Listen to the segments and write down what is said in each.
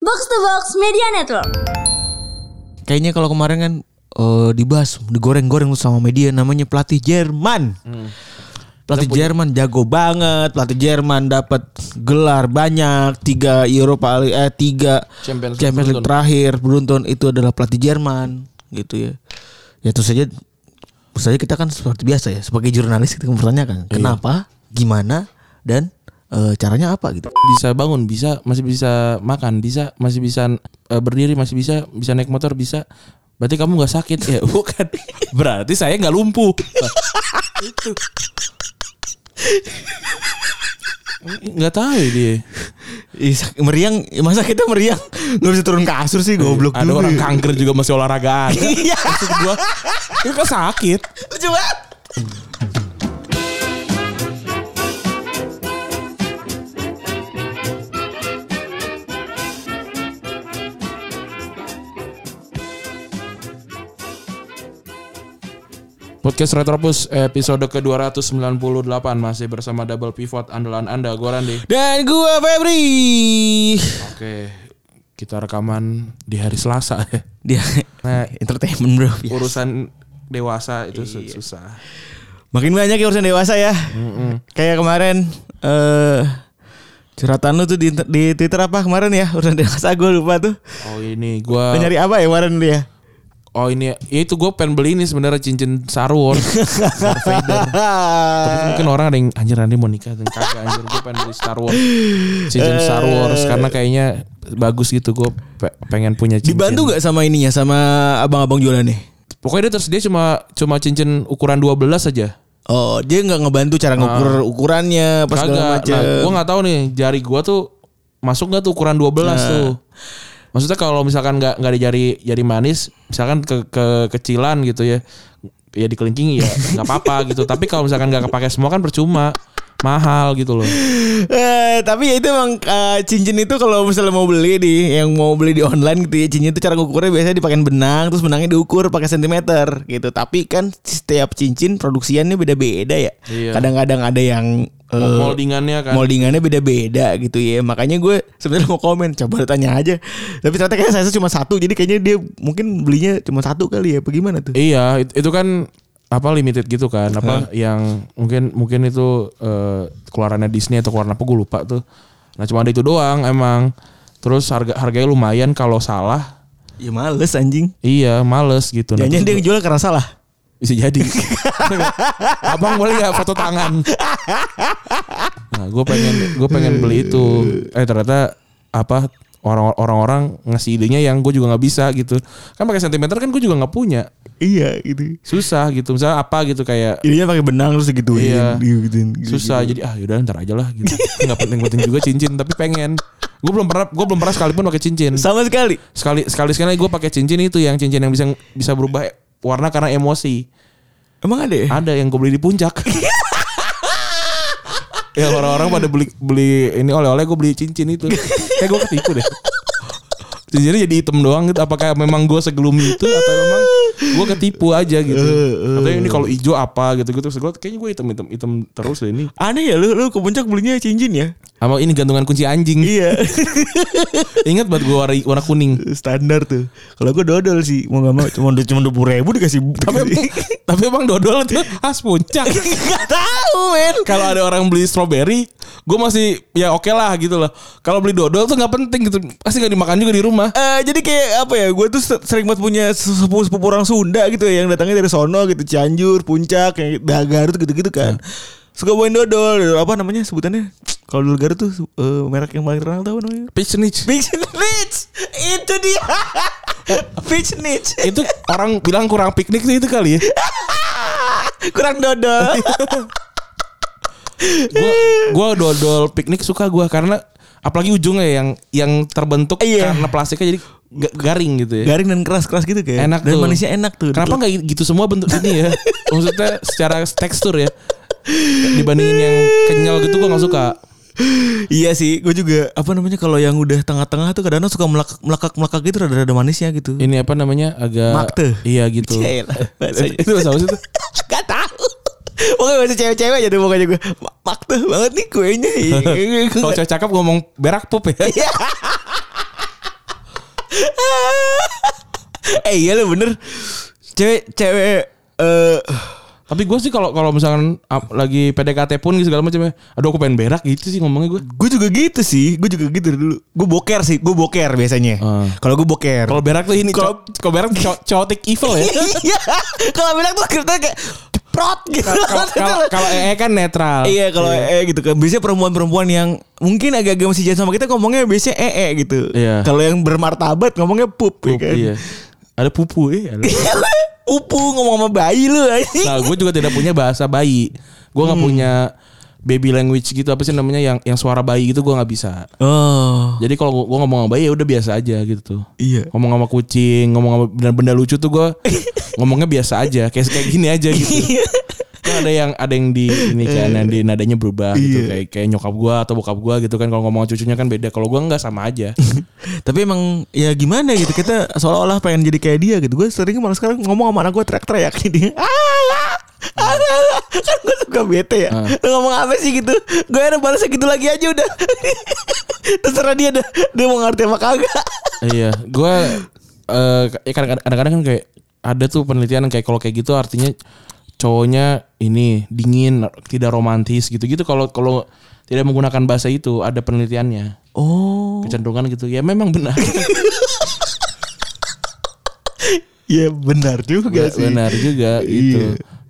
Box to Box Media Network. Kayaknya kalau kemarin kan eh, dibahas digoreng-goreng sama media namanya pelatih Jerman. Hmm. Pelatih Jerman jago banget, pelatih Jerman dapat gelar banyak, tiga Eropa Li- eh tiga Champions League Champions League terakhir beruntun itu adalah pelatih Jerman gitu ya. Ya terus saja terus saja kita kan seperti biasa ya sebagai jurnalis kita mempertanyakan Iya. kenapa, gimana dan eh, caranya apa gitu. bisa bangun bisa masih bisa makan bisa masih bisa eh, berdiri masih bisa bisa naik motor bisa berarti kamu nggak sakit ya bukan berarti saya nggak lumpuh Nah, itu nggak tahu ya dia Ih, sak- meriang masa kita meriang nggak bisa turun kasur sih goblok Iya, ada juga. orang kanker juga masih olahragaan Iya. maksud gua itu kan sakit Lucu banget. Podcast Retropus episode ke-298 masih bersama double pivot andalan Anda gua Randy. Dan gua Febri. Oke, kita rekaman di hari Selasa ya. Dia Nah, entertainment bro. Ya. urusan dewasa itu su- Iya. susah. Makin banyak ya urusan dewasa ya. Kayak kemarin eh curhatan lu tuh di, di Twitter apa kemarin ya urusan dewasa gua lupa tuh. Oh ini gua Lu nyari apa ya kemarin dia? Oh ini ya itu gua pengen beli ini sebenarnya cincin Star Wars. Darth Vader. Tapi mungkin orang ada yang anjir Randy mau nikah dan kagak anjir gue pengen beli Star Wars. Cincin Star Wars karena Eh. kayaknya bagus gitu gue pengen punya cincin. Dibantu gak sama ininya sama abang-abang jualan nih? Pokoknya dia terus dia cuma cuma cincin ukuran 12 saja. Oh, dia nggak ngebantu cara ngukur ukurannya pas segala Kagak. Nah, gue macam. nggak tahu nih jari gua tuh masuk nggak tuh ukuran 12 tuh. Maksudnya kalau misalkan nggak nggak ada jari jari manis, misalkan ke, ke kecilan gitu ya, ya dikelingkingi ya nggak apa-apa gitu. Tapi kalau misalkan nggak kepake semua kan percuma, mahal gitu loh. Eh, tapi ya itu emang eh, cincin itu kalau misalnya mau beli di yang mau beli di online gitu ya cincin itu cara ngukurnya biasanya dipakein benang terus benangnya diukur pakai sentimeter gitu. Tapi kan setiap cincin produksiannya beda-beda ya. Iya. Kadang-kadang ada yang eh, Moldingannya kan. moldingannya beda-beda gitu ya. Makanya gue sebenarnya mau komen coba tanya aja. Tapi ternyata kayaknya saya cuma satu jadi kayaknya dia mungkin belinya cuma satu kali ya. Bagaimana tuh? Iya, it- itu kan apa limited gitu kan? Apa yang mungkin mungkin itu eh, keluarannya Disney atau keluaran apa gue lupa tuh. Nah cuma ada itu doang emang. Terus harga harganya lumayan kalau salah. Ya males anjing. Iya, males gitu. Nah, Jangan terus dia yang jual karena salah. bisa jadi. Abang boleh nggak foto tangan? Nah, gue pengen gue pengen beli itu. Eh ternyata apa orang- orang-orang ngasih idenya yang gue juga nggak bisa gitu. Kan pakai sentimeter kan gue juga nggak punya. Iya gitu. Susah gitu. Misalnya apa gitu kayak Ininya pakai benang terus digituin, Iya. digituin, gitu. susah jadi ah yaudah ntar aja lah gitu nggak penting penting juga cincin tapi pengen gue belum pernah gue belum pernah sekalipun pakai cincin Sama sekali. sekali sekali sekali gue pakai cincin itu yang cincin yang bisa bisa berubah warna karena emosi Emang ada ya? ada yang gue beli di puncak ya orang-orang pada beli beli ini oleh-oleh gue beli cincin itu kayak gue ketipu deh cincinnya jadi hitam doang gitu apakah memang gue segelumi itu atau memang gue ketipu aja gitu atau ini kalau hijau apa gitu gitu terus gue kayaknya gue hitam hitam hitam terus deh ini Aneh ya lu, lu ke puncak belinya cincin ya? Sama ini gantungan kunci anjing. Iya. Ingat buat gue warna, warna kuning. Standar tuh. Kalau gue dodol sih, mau gak mau cuma cuma dua ribu dikasih. Tapi, tapi emang dodol itu khas puncak. Gak tahu men. Kalau ada orang beli strawberry, gue masih ya oke lah gitu loh. Kalau beli dodol tuh nggak penting gitu. Pasti nggak dimakan juga di rumah. Eh, jadi kayak apa ya? Gue tuh se- sering banget punya sepupu sepupu orang Sunda gitu ya, yang datangnya dari sono gitu, Cianjur, Puncak, yang da- Garut gitu-gitu kan. Suka bawain dodol, dodol apa namanya sebutannya? Kalau dodol Garut tuh eh, merek yang paling terkenal tahu namanya? Peach niche. Peach Niche Itu dia Peach Niche Itu orang bilang kurang piknik tuh itu kali ya. Kurang dodol Gue gua dodol piknik suka gue karena apalagi ujungnya yang yang terbentuk Iya. karena plastiknya jadi ga- garing gitu ya. Garing dan keras-keras gitu kayak enak Dan tuh. manisnya enak tuh Kenapa nggak gitu semua bentuk ini ya? Maksudnya secara tekstur ya. Dibandingin yang kenyal gitu gua nggak suka. Iya sih Gue juga Apa namanya Kalau yang udah tengah-tengah tuh Kadang-kadang suka melakak-melakak gitu Rada-rada manisnya gitu Ini apa namanya? Agak Makte. Iya gitu. Iya lah, bahasanya. itu bahasa apa sih itu? Gak tau Pokoknya bahasa cewek-cewek aja tuh Pokoknya gue "Ma- Mak tuh banget nih kuenya Iya. Kalau cewek cakep ngomong berak pup ya. eh iya lo bener. Cewek cewek eh Tapi gue sih kalau kalau misalkan ap- lagi PDKT pun segala macam ya. Aduh aku pengen berak gitu sih ngomongnya gue. gue juga gitu sih, gue juga gitu dulu. Gue boker sih, gue boker biasanya. Hmm. Kalau gue boker. Kalau berak tuh ini Kalau- co- kalau berak co- chaotic evil ya. Iya. Kalau bilang tuh akhirnya kayak prot gitu. Kalau- Kalau kalau EE kan netral. Iya kalau ee gitu kan Biasanya perempuan-perempuan yang Mungkin agak-agak masih jahat sama kita Ngomongnya biasanya ee gitu Iya. Kalau yang bermartabat ngomongnya pup, ya Pup, kan? Iya. iya. Ada pupu eh. ada- Upu ngomong sama bayi lu anjing. Nah, gue juga tidak punya bahasa bayi. Gue nggak punya baby language gitu apa sih namanya yang yang suara bayi gitu gue nggak bisa. Oh Jadi kalau gue ngomong sama bayi ya udah biasa aja gitu. Iya. Ngomong sama kucing, ngomong sama benda-benda lucu tuh gue ngomongnya biasa aja, kayak kayak gini aja gitu. Kan ada yang ada yang di ini kan yang di nadanya berubah gitu kayak kayak nyokap gue atau bokap gue gitu kan kalau ngomong sama cucunya kan beda. Kalau gue nggak sama aja. Tapi emang ya gimana gitu Kita seolah-olah pengen jadi kayak dia gitu Gue sering malah sekarang ngomong sama anak gue teriak-teriak Dia Ah, Alah Alah Kan gue suka bete ya Ah. Lu ngomong apa sih gitu Gue ada balasnya gitu lagi aja udah Terserah dia dah Dia mau ngerti apa kagak iya, gue eh ya kadang- kadang-kadang kan kayak ada tuh penelitian yang kayak kalau kayak gitu artinya cowoknya ini dingin, tidak romantis gitu-gitu kalau kalau tidak menggunakan bahasa itu ada penelitiannya. Oh Kecenderungan gitu. Ya memang benar. Ya benar juga Iya. Benar- Iya benar juga gitu.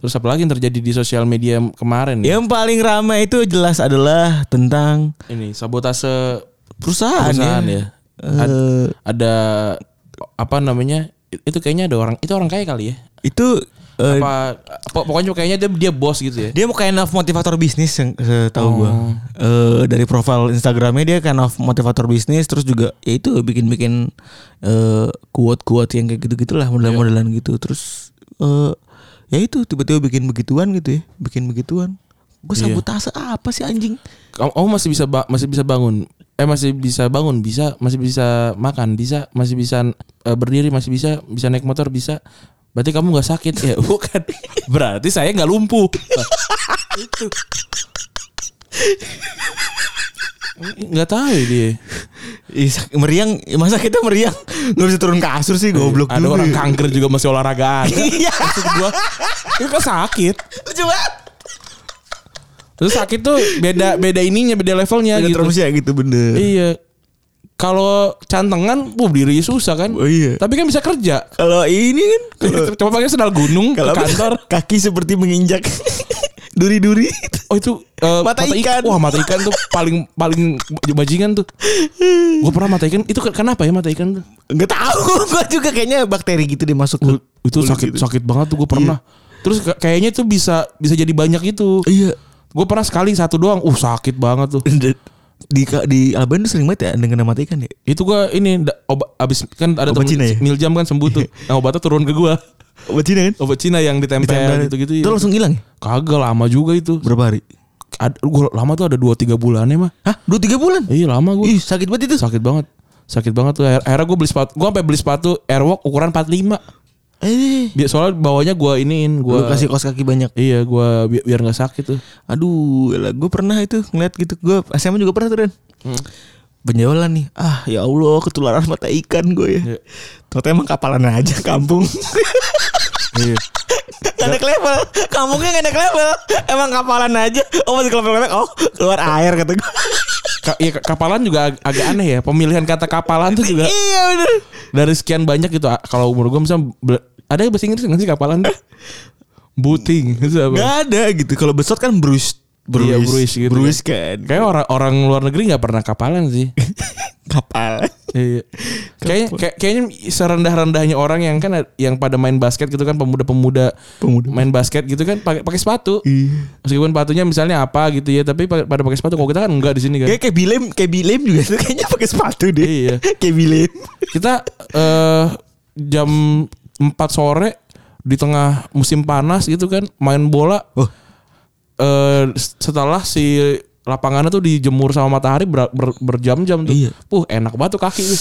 Terus apalagi yang terjadi di sosial media kemarin ya? Yang paling ramai itu jelas adalah Tentang Ini sabotase Perusahaan, perusahaan ya, ya. Ad- ada apa namanya? Itu kayaknya ada orang itu orang kaya kali ya. Itu eh, Apa po- pokoknya kayaknya dia dia bos gitu ya. Dia mau kind of motivator bisnis yang setahu gua. Oh. Eh, dari profil Instagramnya dia kind of motivator bisnis terus juga ya itu bikin-bikin eh quote-quote yang kayak gitu-gitulah Iya. model-modelan gitu. Terus eh ya itu tiba-tiba bikin begituan gitu ya, bikin begituan. Gue Iya. sabotase apa sih anjing? Kamu, kamu masih bisa ba- masih bisa bangun. Eh masih bisa bangun, bisa masih bisa makan, bisa masih bisa eh, berdiri, masih bisa bisa naik motor, bisa. Berarti kamu nggak sakit ya? Bukan. Berarti saya nggak lumpuh. itu. Nggak tahu ya dia. Ih, Iya, sak- meriang masa kita meriang nggak bisa turun kasur sih goblok Ada juga. orang kanker juga masih olahragaan. Iya. Maksud gua, itu kan sakit. Lucu banget. Terus sakit tuh beda beda ininya, beda levelnya Ada gitu. terus ya gitu bener. Iya. Kalau cantengan, uh berdiri susah kan. Oh, iya. Tapi kan bisa kerja. Kalau ini kan kalau Coba pakai sendal gunung ke Kalau kantor. kaki seperti menginjak duri-duri. Oh itu eh, Mata ik- ikan. Wah mata ikan tuh paling paling bajingan tuh. Gue pernah mata ikan. Itu ke- kenapa ya mata ikan tuh? Enggak tahu, gua juga kayaknya bakteri gitu dia masuk ke Gua- itu kulit sakit gitu. sakit banget tuh gue pernah. Terus ke- kayaknya tuh bisa bisa jadi banyak itu. Iya. Gue pernah sekali satu doang. Uh sakit banget tuh. Di di, di Alban tuh sering banget ya dengan mata ikan ya. Itu gue ini da- obat abis kan ada Obat Cina ya? miljam kan sembuh tuh. Nah obatnya turun ke gue. Obat Cina kan? Obat Cina yang ditempel gitu-gitu. iya. Itu langsung hilang ya? Kagak lama juga itu. Berapa hari? Ad, gua lama tuh ada 2 3 bulannya ya, mah. Hah, 2 3 bulan. Iya lama gue. Ih, sakit banget itu. Sakit banget. Sakit banget tuh. Akhir- Akhirnya gue beli sepatu. Gue sampai beli sepatu Airwalk ukuran 45. Eh, Bi- Soalnya bawahnya gue iniin. gua Gua kasih kaos kaki banyak. Iya gue biar, biar gak sakit tuh. Aduh, elah, gue pernah itu ngeliat gitu. Gue SMA juga pernah tuh Ren. Hmm. Benjolan nih. Ah, ya Allah, ketularan mata ikan gue ya. Iya. Ternyata emang kapalan aja kampung. Iya. Gak naik level Kampungnya gak naik level Emang kapalan aja Oh masih kelepek-kelepek Oh keluar air kata gue Ka- iya, ka- kapalan juga ag- agak aneh ya. Pemilihan kata kapalan tuh juga Iya bener dari sekian banyak gitu. A- Kalau umur gue misalnya bel- ada bahasa Inggris nggak sih kapalan? tuh? Booting itu Gak apa? ada gitu Kalau besot kan bruis Bruis, Iya, bruis gitu Bruis kan Kayak orang orang luar negeri nggak pernah kapalan sih. Kapal Iya. Kayaknya kayak- kayaknya serendah-rendahnya orang yang kan ad- yang pada main basket gitu kan pemuda-pemuda Pemuda. Iya. main basket gitu kan pakai pakai sepatu. Meskipun sepatunya misalnya apa gitu ya, tapi pa- pada pakai sepatu kalau kita kan enggak di sini kan. Kayak kayak bilem Kayak bilem juga tuh Kayaknya pakai sepatu deh Iya. Kayak bilem Kita eh jam 4 sore di tengah musim panas gitu kan main bola Oh eh setelah si lapangannya tuh dijemur sama matahari ber- ber- berjam-jam tuh. Iya. Puh, enak banget tuh kaki tuh.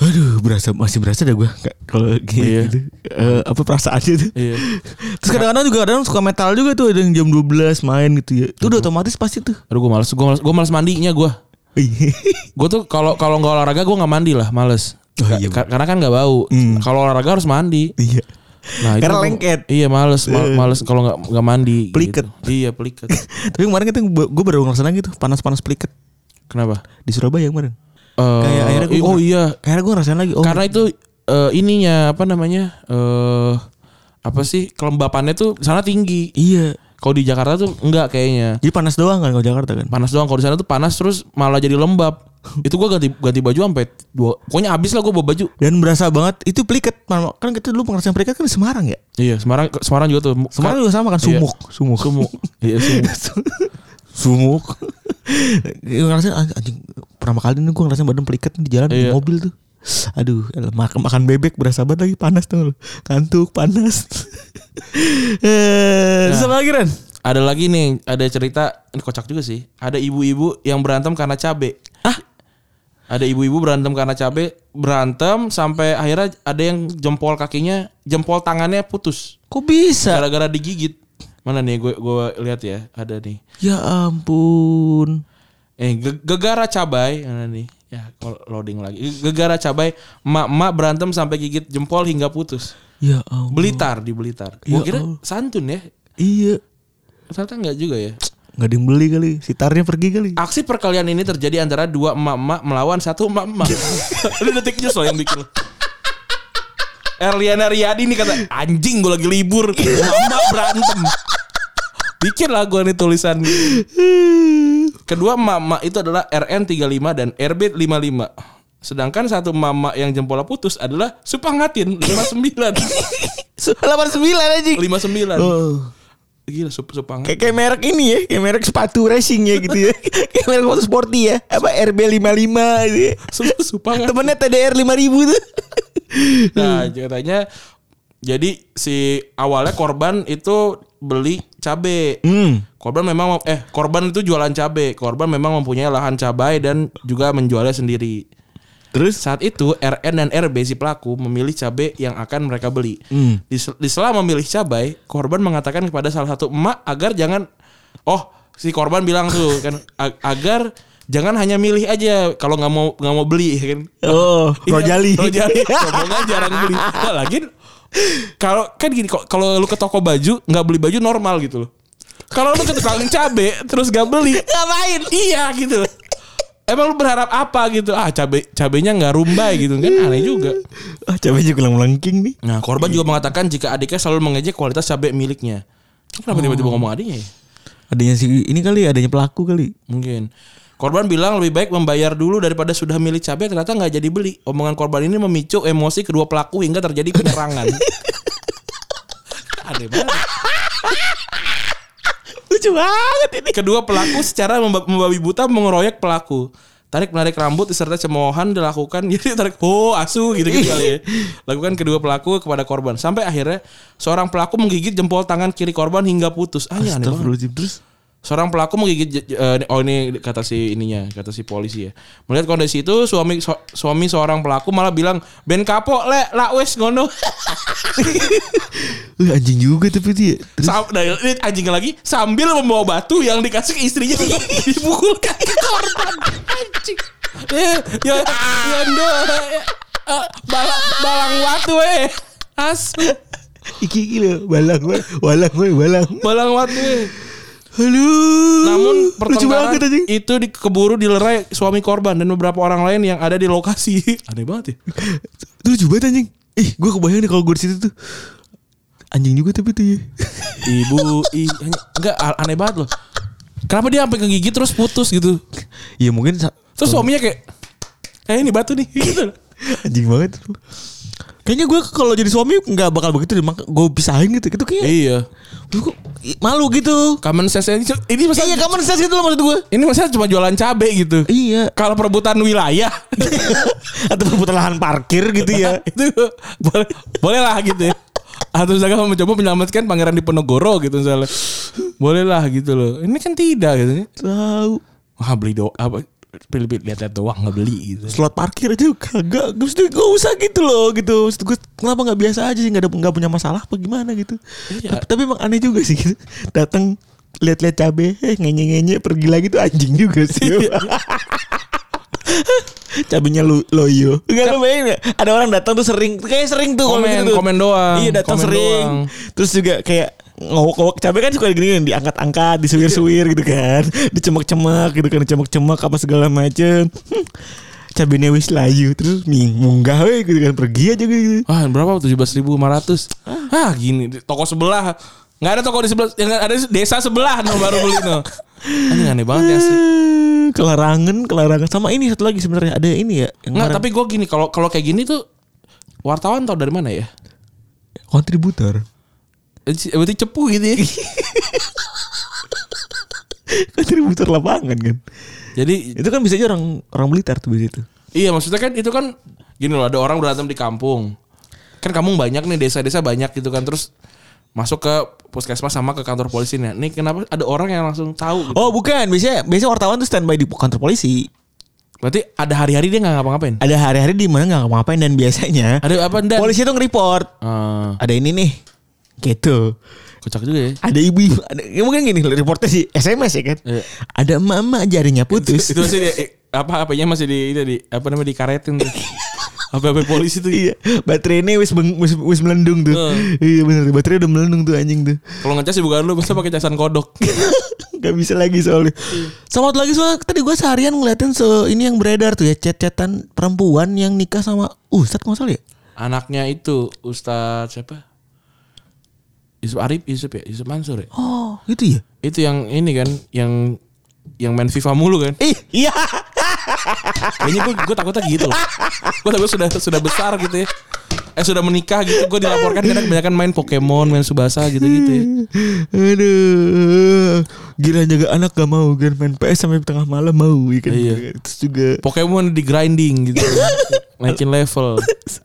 Aduh berasa Masih berasa dah gue nggak- Kalau kayak Iya. gitu Eh, Apa perasaannya tuh Iya. Terus kadang-kadang juga kadang suka metal juga tuh Ada yang jam 12 main gitu ya Itu udah otomatis pasti tuh Aduh gue males, gue males, gue males mandinya gue. Iya Gue tuh kalau kalau nggak olahraga gue nggak mandi lah, males. Oh, iya, Hmm. Ka- karena kan nggak bau. Kalau olahraga harus mandi. Iya. Nah, itu Karena gua- lengket. Iya, males ma- males kalau nggak nggak mandi. gitu. Peliket. Iya, peliket. Tapi kemarin kita gue baru ngelaksanain gitu panas-panas peliket Kenapa? di Surabaya kemarin. Eh, Kayak akhirnya gua- oh iya, Akhirnya gue ngerasain lagi. Oh, karena itu eh, ininya apa namanya? Eh apa sih kelembapannya tuh di sana tinggi. iya. Kalau di Jakarta tuh enggak kayaknya. Jadi panas doang kan kalau Jakarta kan. Panas doang kalau di sana tuh panas terus malah jadi lembab. Itu gua ganti ganti baju sampai dua. Pokoknya habis lah gua bawa baju. Dan berasa banget itu peliket. Kan kita dulu pengerjaan peliket kan di Semarang ya. Iya, Semarang Semarang juga tuh. Semarang juga sama kan Iya. sumuk, sumuk, Sumuk. Iya, sumuk. sumuk. Gue ngerasain "Anj- anjing pertama kali nih gue ngerasain badan peliket nih di jalan di Iya. mobil tuh. Aduh, elah, makan makan bebek berasa banget lagi panas tuh. Kantuk panas. eh, terus apa lagi Ren? Ada lagi nih, ada cerita ini kocak juga sih. Ada ibu-ibu yang berantem karena cabe. Ah? Ada ibu-ibu berantem karena cabe, berantem sampai akhirnya ada yang jempol kakinya, jempol tangannya putus Kok bisa? gara-gara digigit. Mana nih gue gua lihat ya, ada nih. Ya ampun. Eh, ge- gegara cabai, mana nih? Ya, kalau loading lagi. Gegara cabai, emak-emak berantem sampai gigit jempol hingga putus. Ya ampun. Belitar di Belitar. Ya Gue kira Allah. santun ya. Iya. Ternyata enggak juga ya. Nggak ada yang beli kali. Sitarnya pergi kali. Aksi perkelahian ini terjadi antara dua emak-emak melawan satu emak-emak. Ini detik news loh yang bikin. Erliana Riyadi nih kata, anjing gue lagi libur. Iya. Emak berantem. Bikin lah gue nih tulisan. Kedua emak-emak itu adalah RN35 dan RB55. Sedangkan satu emak-emak yang jempolnya putus adalah Supangatin 59. 89 aja. 59. Oh. Gila Sup Supangatin. Kayak, kayak merek ini ya, kayak merek sepatu racing ya gitu ya. kayak merek sepatu sporty ya. Apa RB55 gitu ya. Sup- Supangatin. Temennya TDR 5000 tuh. Nah ceritanya jadi si awalnya korban itu beli cabe. Hmm. Korban memang eh korban itu jualan cabe. Korban memang mempunyai lahan cabai dan juga menjualnya sendiri. Terus Saat itu RN dan RB si pelaku memilih cabe yang akan mereka beli. Hmm. Di, sel- di sela memilih cabai, korban mengatakan kepada salah satu emak agar jangan oh si korban bilang tuh kan "Ag- agar jangan hanya milih aja kalau nggak mau nggak mau beli ya kan Oh, Rojali. Rojali. Rombongan jarang beli. Nah, lagi kalau kan gini kok kalau lu ke toko baju nggak beli baju normal gitu loh. Kalau lu ke tukang cabe terus gak beli ngapain? Iya gitu. loh. Emang lu berharap apa gitu? Ah cabe cabenya nggak rumbai gitu kan aneh juga. Ah, coba aja ulang melengking nih. Nah korban juga mengatakan jika adiknya selalu mengejek kualitas cabe miliknya. Kenapa tiba-tiba ngomong adiknya? ya? Adanya si ini kali, adanya pelaku kali. Mungkin. Korban bilang lebih baik membayar dulu daripada sudah milih cabai ternyata nggak jadi beli. Omongan korban ini memicu emosi kedua pelaku hingga terjadi penyerangan. Aneh banget. Lucu banget ini. Kedua pelaku secara memba- membabi buta mengeroyok pelaku. Tarik menarik rambut serta cemoohan dilakukan jadi tarik oh asu gitu gitu kali ya. Lakukan kedua pelaku kepada korban sampai akhirnya seorang pelaku menggigit jempol tangan kiri korban hingga putus. Ah, ini aneh banget. Astagfirullahaladzim. Terus Seorang pelaku menggigit je- eh, oh ini kata si ininya, kata si polisi ya. Melihat kondisi itu suami so- suami seorang pelaku malah bilang ben kapok le la wes ngono. Wih, Eh, anjing juga tapi dia. Terus Sam- nah, ini anjingnya lagi sambil membawa batu yang dikasih ke istrinya untuk dipukulkan ke korban. Anjing. Eh, ya ya ndo. Eh, balang, balang watu eh. Asu. iki iki loh, balang gue, balang gue, balang. Balang watu eh. Halo. Namun lucu pertengkaran banget anjing. itu di- keburu dilerai suami korban dan beberapa orang lain yang ada di lokasi. Aneh banget ya. Itu lucu banget anjing. Ih, gue kebayang nih kalau gue di situ tuh. Anjing juga tapi tuh ya. Ibu, i, enggak a- aneh banget loh. Kenapa dia sampai kegigit terus putus gitu? Iya mungkin sa- Terus suaminya kayak eh ini batu nih gitu. anjing banget. Kayaknya gue kalau jadi suami nggak bakal begitu deh. Gue pisahin gitu. Itu kayak iya. Duh, kok malu gitu. Common sense ini ini Iya, masalah common sense gitu loh maksud gue. ini masalah cuma jualan cabe gitu. Iya. Kalau perebutan wilayah Atau perputaran lahan parkir gitu ya. itu boleh boleh lah gitu ya. Atau misalkan mau mencoba menyelamatkan pangeran Diponegoro gitu misalnya. Boleh lah gitu loh. Ini kan tidak gitu. Tahu. Wah beli do apa pilih-pilih lihat-lihat doang nggak beli gitu. Slot parkir aja kagak. Gue gak usah gitu loh gitu. Maksud gue kenapa nggak biasa aja sih nggak ada nggak punya masalah apa gimana gitu. Iya. Tapi, tapi emang aneh juga sih gitu. Datang Iya. lihat-lihat cabe, eh ngenye-ngenye pergi lagi tuh anjing juga sih. cabenya lu loyo. Enggak lu bayangin nggak? ya? Ada orang datang tuh sering, kayak sering tuh Komen, gitu tuh. komen doang. Iya datang Komen sering. doang. Terus juga kayak ngowok-ngowok cabe kan suka gini diangkat-angkat, disuwir-suwir gitu kan. Dicemek-cemek gitu kan, dicemek-cemek apa segala macem. Hmm, Cabenya wis layu terus ming- munggah we gitu kan pergi aja gitu. Ah berapa? 17.500 Ah gini di Toko sebelah Gak ada toko di sebelah Yang ada di desa sebelah no, Baru beli no Anjing aneh banget ya asli. Eh, Kelarangan, kelarangan sama ini satu lagi sebenarnya ada ini ya. yang Nggak orang- tapi gue gini Kalau kalau kayak gini tuh Wartawan tau dari mana ya kontributor. Eh, Berarti cepu gitu ya kontributor lapangan kan. Jadi Itu kan bisa aja orang orang Blitar tuh bisa itu. Iya maksudnya kan itu kan Gini loh ada orang berantem di kampung Kan kampung banyak nih Desa-desa banyak gitu kan Terus Masuk ke puskesmas sama ke kantor polisi nih. Nih kenapa ada orang yang langsung tahu? gitu. Oh bukan, biasanya biasanya wartawan tuh standby di kantor polisi. Berarti ada hari-hari dia nggak ngapa-ngapain. Ada hari-hari di mana nggak ngapain dan biasanya Ada apa ndak? polisi tuh nge-report. Ah, Ada ini nih, gitu. kocak juga ya. Ada ibu, ada, ya mungkin gini reportnya sih SMS ya kan. Iya. Ada emak-emak jarinya putus. itu masih di, apa apanya masih di itu di apa namanya dikaretin tuh. apa apa polisi tuh. iya, baterainya wis, beng- wis wis melendung tuh. Heeh. Iya benar, baterai udah melendung tuh anjing tuh. Kalau ngecas bukan lu masa pakai casan kodok. Gak bisa lagi soalnya. Iya. Sama satu lagi soalnya tadi gue seharian ngeliatin se ini yang beredar tuh ya chat-chatan perempuan yang nikah sama Ustadz nggak salah ya. Anaknya itu Ustadz siapa? Yusuf Arif, Yusuf ya, Yusuf Mansur ya. Oh gitu ya. Itu yang ini kan, yang yang main FIFA mulu kan. Ih iya. Kayaknya gue gue takutnya gitu loh. Gue takutnya sudah sudah besar gitu ya. Eh sudah menikah gitu, gue dilaporkan karena kebanyakan main Pokemon, main Subasa gitu-gitu ya. Aduh. Gila jaga anak gak mau kan main PS sampai tengah malam mau ya kan. Iya. Terus juga Pokemon di grinding gitu. Naikin level.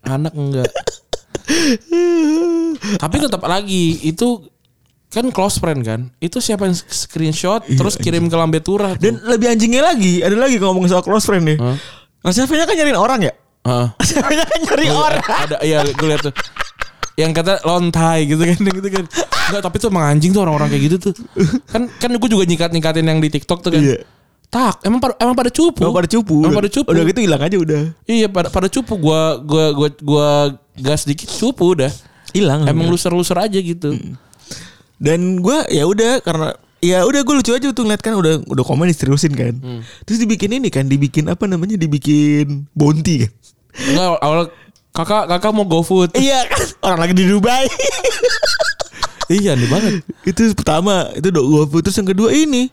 Anak enggak. Tapi tetap lagi itu kan close friend kan. Itu siapa yang screenshot terus kirim ke Lambe Turah tuh. Iya, dan lebih anjingnya lagi ada lagi ngomong soal close friend ya. Oh. Hah? Mas Syafinya kan nyariin orang ya. Heeh. Mas Syafinya kan nyari orang. ada Ah. iya gue lihat tuh. Yang kata lontai gitu kan gitu kan. Enggak, tapi tuh emang anjing tuh orang-orang kayak gitu tuh. Kan kan gue juga nyikat-nyikatin yang di TikTok tuh kan. Iya. Tak, emang pada emang pada cupu. Emang pada cupu. Emang udah. pada cupu. Udah gitu hilang aja udah. Iya pada pada cupu gua gua gua gua gas dikit cupu udah. Hilang. Emang loser-loser aja gitu. Mm. Dan gue ya udah karena ya udah gue lucu aja tuh ngeliat kan udah udah komen diseriusin kan. Hmm. Terus dibikin ini kan, dibikin apa namanya? Dibikin bounty kan. Enggak awal kakak kakak mau go food. iya kan orang lagi di Dubai. iya nih banget. itu pertama itu udah gue putus yang kedua ini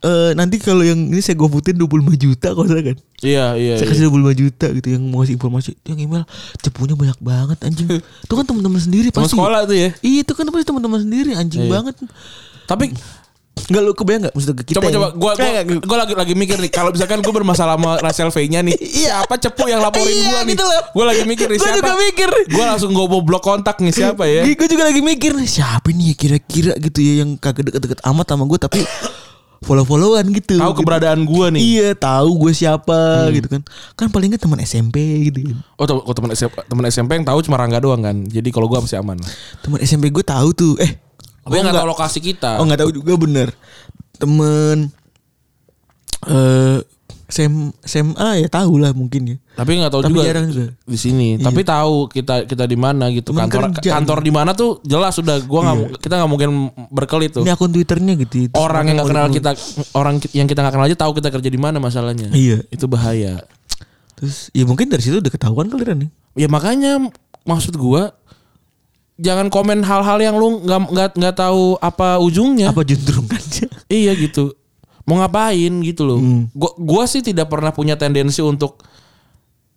eh nanti kalau yang ini saya gue putin 25 juta kalau salah kan. Iya iya. Saya iya. kasih 25 juta gitu yang mau kasih informasi. Yang email cepunya banyak banget anjing. Itu kan teman-teman sendiri Teman pasti. sekolah tuh ya. Iya itu kan pasti teman-teman sendiri anjing Iya. banget. Tapi Enggak lu kebayang enggak maksudnya ke kita? coba ya? coba gua gua, Kayak- gua lagi lagi mikir nih kalau misalkan gua bermasalah sama Rachel V-nya nih. Iya. Siapa cepu yang laporin Iya, gua nih? gitu loh. Gua lagi mikir nih Gua siapa. juga mikir. Gua langsung gua mau blok kontak nih siapa ya? Gue juga lagi mikir nih, siapa nih ya kira-kira gitu ya yang kagak deket-deket amat sama gue tapi follow-followan gitu. Tahu Gitu. keberadaan gua nih. Hmm. Iya, tahu gue siapa gitu kan. Kan paling nggak teman SMP gitu kan. Oh, tem- oh, teman SMP, teman SMP yang tahu cuma Rangga doang kan. Jadi kalau gua masih aman. Teman SMP gue tahu tuh. Eh, oh, Gua enggak nggak- tahu lokasi kita. Oh, nggak tahu juga bener. Temen eh SM, SMA ya tahu lah mungkin ya. Tapi Iya. nggak tahu Tapi juga, jarang juga. di sini. Tapi tahu kita kita di mana gitu. Teman kantor kerja. kantor di mana tuh jelas sudah gua nggak mu- kita nggak mungkin berkelit tuh. Ini akun Twitternya gitu. Terus orang yang nggak mau kenal follow. kita orang ki- yang kita nggak kenal aja tahu kita kerja di mana masalahnya. Iya. Itu bahaya. Terus ya mungkin dari situ udah ketahuan kali Ran, ya. Ya makanya maksud gua jangan komen hal-hal yang lu nggak nggak nggak tahu apa ujungnya. Apa jendrungannya? Iya gitu. Mau ngapain gitu loh. Gua gua sih tidak pernah punya tendensi untuk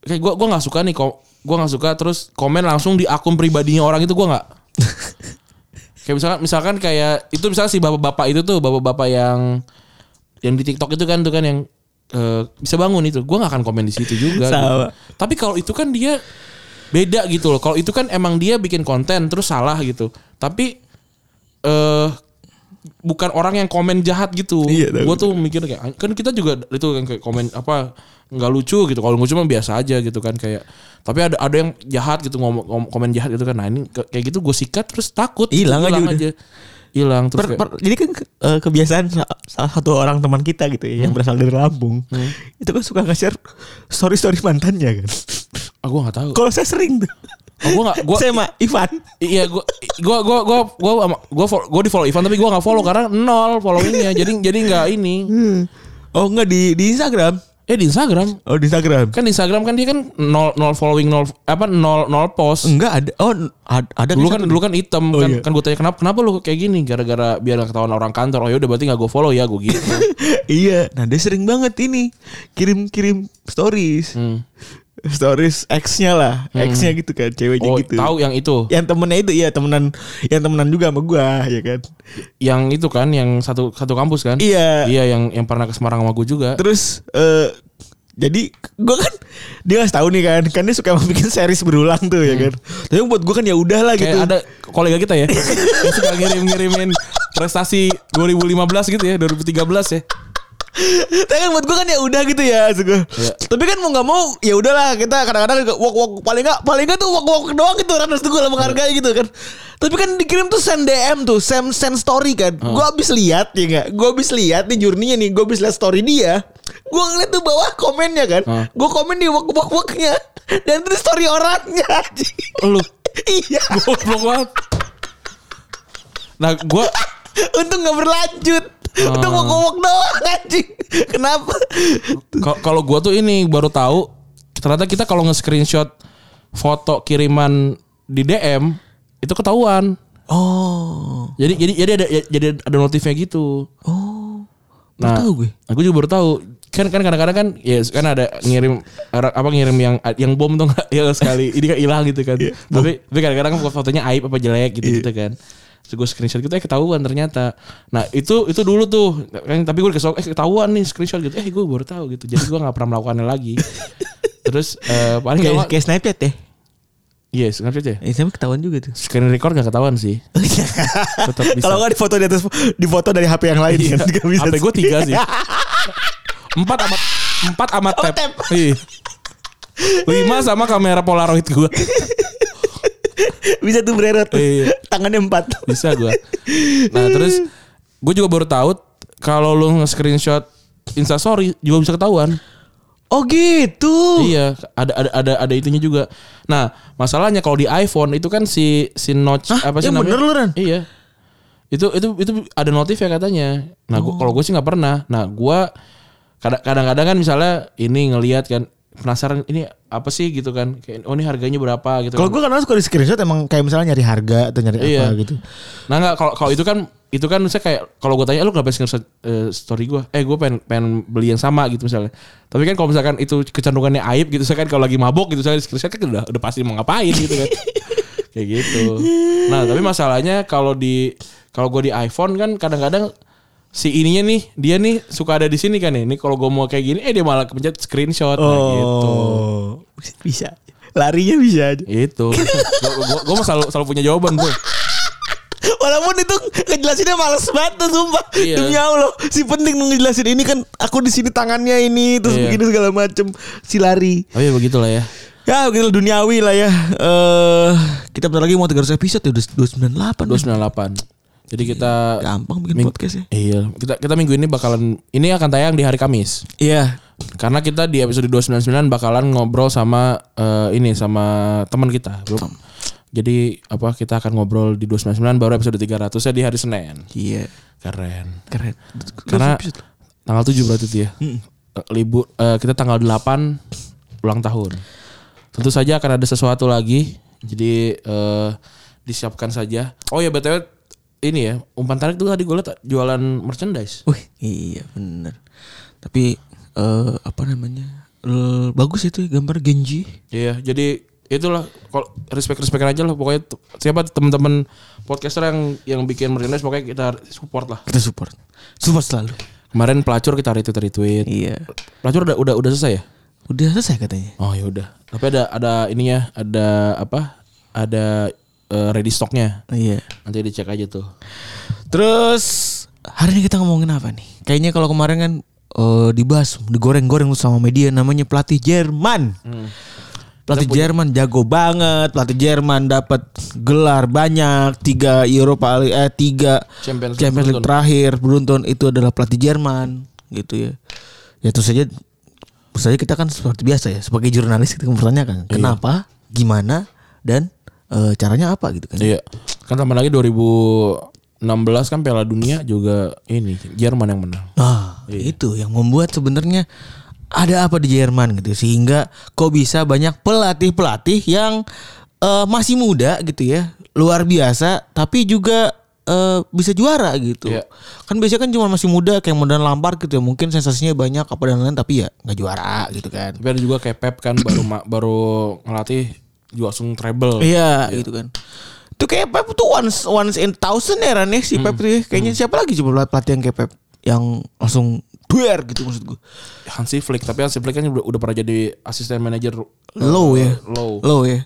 kayak gua gua nggak suka nih kok gua nggak suka terus komen langsung di akun pribadinya orang itu gua nggak. kayak misalkan misalkan kayak itu misalnya si bapak-bapak itu tuh bapak-bapak yang yang di TikTok itu kan tuh kan yang eh, bisa bangun itu. Gua nggak akan komen di situ juga. gitu. Sama. Tapi kalau itu kan dia beda gitu loh. Kalau itu kan emang dia bikin konten terus salah gitu. Tapi eh bukan orang yang komen jahat gitu. Iya, tahu. Gue tuh mikir kayak kan kita juga itu kan kayak komen apa nggak lucu gitu. Kalau lucu mah biasa aja gitu kan kayak. Tapi ada ada yang jahat gitu ngomong ngom- komen jahat gitu kan. Nah ini ke- kayak gitu gue sikat terus takut Hilang aja udah. hilang terus Per- kayak, per- jadi kan ke- eh, kebiasaan sa- salah satu orang teman kita gitu ya, yang Hmm. berasal dari Lampung itu kan suka nge-share story story mantannya kan ah gue nggak tahu kalau saya sering tuh oh, gue nggak gue saya sama Ivan iya gue gue gue gue gue gue gue di follow Ivan tapi gue nggak follow karena nol followingnya jadi jadi nggak ini oh enggak di di Instagram eh di Instagram oh di Instagram kan di Instagram kan dia kan nol nol following nol apa nol nol post enggak ada oh ad- ada dulu kan di dulu kan hitam Oh, iya. kan kan gue tanya kenapa kenapa lu kayak gini gara-gara biar gak ketahuan orang kantor oh ya udah berarti gak gue follow ya gue gitu iya nah dia sering banget ini kirim kirim stories Hmm. stories X-nya lah X-nya gitu kan ceweknya oh gitu tahu yang itu yang temennya itu iya temenan yang temenan juga sama gua ya kan yang itu kan yang satu satu kampus kan iya iya yang yang pernah ke Semarang sama gue juga terus eh jadi gua kan dia nggak tahu nih kan kan dia suka bikin series berulang tuh ya kan tapi buat gua kan ya udahlah Hmm. kayak gitu ada kolega kita ya yang suka ngirim-ngirimin prestasi 2015 gitu ya 2013 ya tapi kan buat gua kan ya udah gitu ya maksud gua. tapi kan mau nggak mau ya udahlah kita kadang-kadang juga walk walk paling nggak paling nggak tuh walk walk doang gitu kan harus gue lah menghargai gitu kan tapi kan dikirim tuh send DM tuh send send story kan gua habis lihat ya nggak gua habis lihat nih jurninya nih gua habis lihat story dia gua ngeliat tuh bawah komennya kan Hah. gua komen di walk walk walknya dan itu story orangnya anjing. lu iya goblok banget nah gue Untung gak berlanjut. Untung mau ngomong doang anjing. Kenapa? Ka- kalau gua tuh ini baru tahu ternyata kita kalau nge-screenshot foto kiriman di DM itu ketahuan. Oh. Jadi jadi jadi ada ya, jadi ada notifnya gitu. Oh. Nah, tahu gue. Aku juga baru tahu. Kan kan kadang-kadang kan ya kan ada ngirim apa ngirim yang yang bom tuh nggak- ya sekali ini kan hilang gitu kan. Iya. Tapi tapi kadang-kadang kan fotonya aib apa jelek gitu gitu kan. Terus gue screenshot gitu eh ketahuan ternyata. Nah, itu itu dulu tuh. Kan tapi gue kesel eh ketahuan nih screenshot gitu. Eh gue baru tahu gitu. Jadi gue nggak pernah melakukannya lagi. Terus eh, paling Kayak, nggak kayak Snapchat ya. Iya, Snapchat ya. Eh, Snapchat ketahuan juga tuh. Screen record gak ketahuan sih. Tetap bisa. Oh, iya. Iya. Kalau nggak di foto di atas di foto dari HP yang lain kan juga bisa. HP gue tiga sih. Empat amat empat amat Oh, tab. tab. Iya. Lima sama kamera Polaroid gue. bisa tuh bererot. Iya. Tangannya empat. Bisa gue. Nah terus gue juga baru tahu kalau lu nge-screenshot Instastory juga bisa ketahuan. Oh gitu. Iya, ada ada ada ada itunya juga. Nah, masalahnya kalau di iPhone itu kan si si notch Hah? apa Ya sih namanya? bener lu, Ran. Iya. Itu itu itu ada notif ya katanya. Nah, Oh. gua, kalau gue sih nggak pernah. Nah, gua kadang- kadang-kadang kan misalnya ini ngelihat kan penasaran ini apa sih gitu kan. Kayak oh ini harganya berapa gitu. Kalau gue kan. kan suka di screenshot emang kayak misalnya nyari harga atau nyari Iya. apa gitu. Nah, nggak kalau kalau itu kan itu kan saya kayak kalau gue tanya "Eh, lu kenapa screenshot eh, story gue? Eh, gue pengen pengen beli yang sama gitu misalnya. Tapi kan kalau misalkan itu kecenderungannya aib gitu, saya kan kalau lagi mabok gitu saya screenshot kan udah udah pasti mau ngapain gitu kan. kayak gitu. Nah, tapi masalahnya kalau di kalau gue di iPhone kan kadang-kadang si ininya nih, dia nih suka ada di sini kan ya. Ini kalau gue mau kayak gini eh dia malah kepencet screenshot Nah, gitu. Iya. Oh. Bisa. Larinya bisa aja. Itu. Gue selalu selalu punya jawaban gue. Walaupun itu ngejelasinnya males banget tuh sumpah. Iya. Demi Allah, si penting lu ngejelasin ini kan aku di sini tangannya ini terus Iya. begini segala macem si lari. Tapi ya begitulah ya. Ya begitu duniawi lah ya. Eh kita bentar lagi mau 300 episode ya udah 298. 298. Jadi kita Gampang bikin Ming- podcast ya. Iya, kita kita minggu ini bakalan ini akan tayang di hari Kamis. Iya. Karena kita di episode 299 bakalan ngobrol sama eh, ini sama teman kita. Bro. Jadi apa kita akan ngobrol di 299 baru episode 300 ya di hari Senin. Iya. Keren. Keren. Karena 300 episode. tanggal 7 berarti itu ya. Eh, Libur eh, kita tanggal 8 ulang tahun. Tentu saja akan ada sesuatu lagi. Jadi eh, disiapkan saja. Oh ya BTW ini ya, umpan tarik tuh tadi gue liat jualan merchandise. Wih, iya bener. Tapi eh apa namanya? Eh, bagus itu ya, gambar Genji. Iya, jadi itulah kalau respect respect aja lah pokoknya t- siapa teman-teman podcaster yang yang bikin merchandise pokoknya kita support lah. Kita support. Support selalu. Kemarin pelacur kita retweet retweet. Iya. Pelacur udah udah udah selesai ya? Udah selesai katanya. Oh ya udah. Tapi ada ada ininya, ada apa? Ada eh, ready stocknya. Iya. Nanti dicek aja tuh. Terus hari ini kita ngomongin apa nih? Kayaknya kalau kemarin kan eh, dibahas digoreng-goreng sama media namanya pelatih Jerman. Pelatih Jerman jago banget, pelatih Jerman dapat gelar banyak, tiga Eropa Li- eh tiga Champions Champions, League League beruntun. terakhir beruntun itu adalah pelatih Jerman gitu ya. Ya terus saja terus saja kita kan seperti biasa ya sebagai jurnalis kita mempertanyakan kenapa, gimana dan eh, caranya apa gitu kan. Iya. Kan tambah lagi 2016 kan Piala Dunia juga ini Jerman yang menang. Nah, itu yang membuat sebenarnya ada apa di Jerman gitu sehingga kok bisa banyak pelatih-pelatih yang eh, masih muda gitu ya, luar biasa tapi juga eh, bisa juara gitu. Iya. Kan biasanya kan cuma masih muda kayak modern lampar gitu ya, mungkin sensasinya banyak apa dan lain tapi ya nggak juara gitu kan. Tapi ada juga kayak Pep kan baru ma- baru ngelatih juga langsung treble. Iya, gitu kan. Itu kayak Pep tuh once once in thousand ya Ran ya si Pep tuh ya. Kayaknya siapa lagi coba pelatih yang kayak Pep yang langsung duer gitu maksud gue. Hansi Flick, tapi Hansi Flick kan udah, udah pernah jadi asisten manajer low ya Low. low ya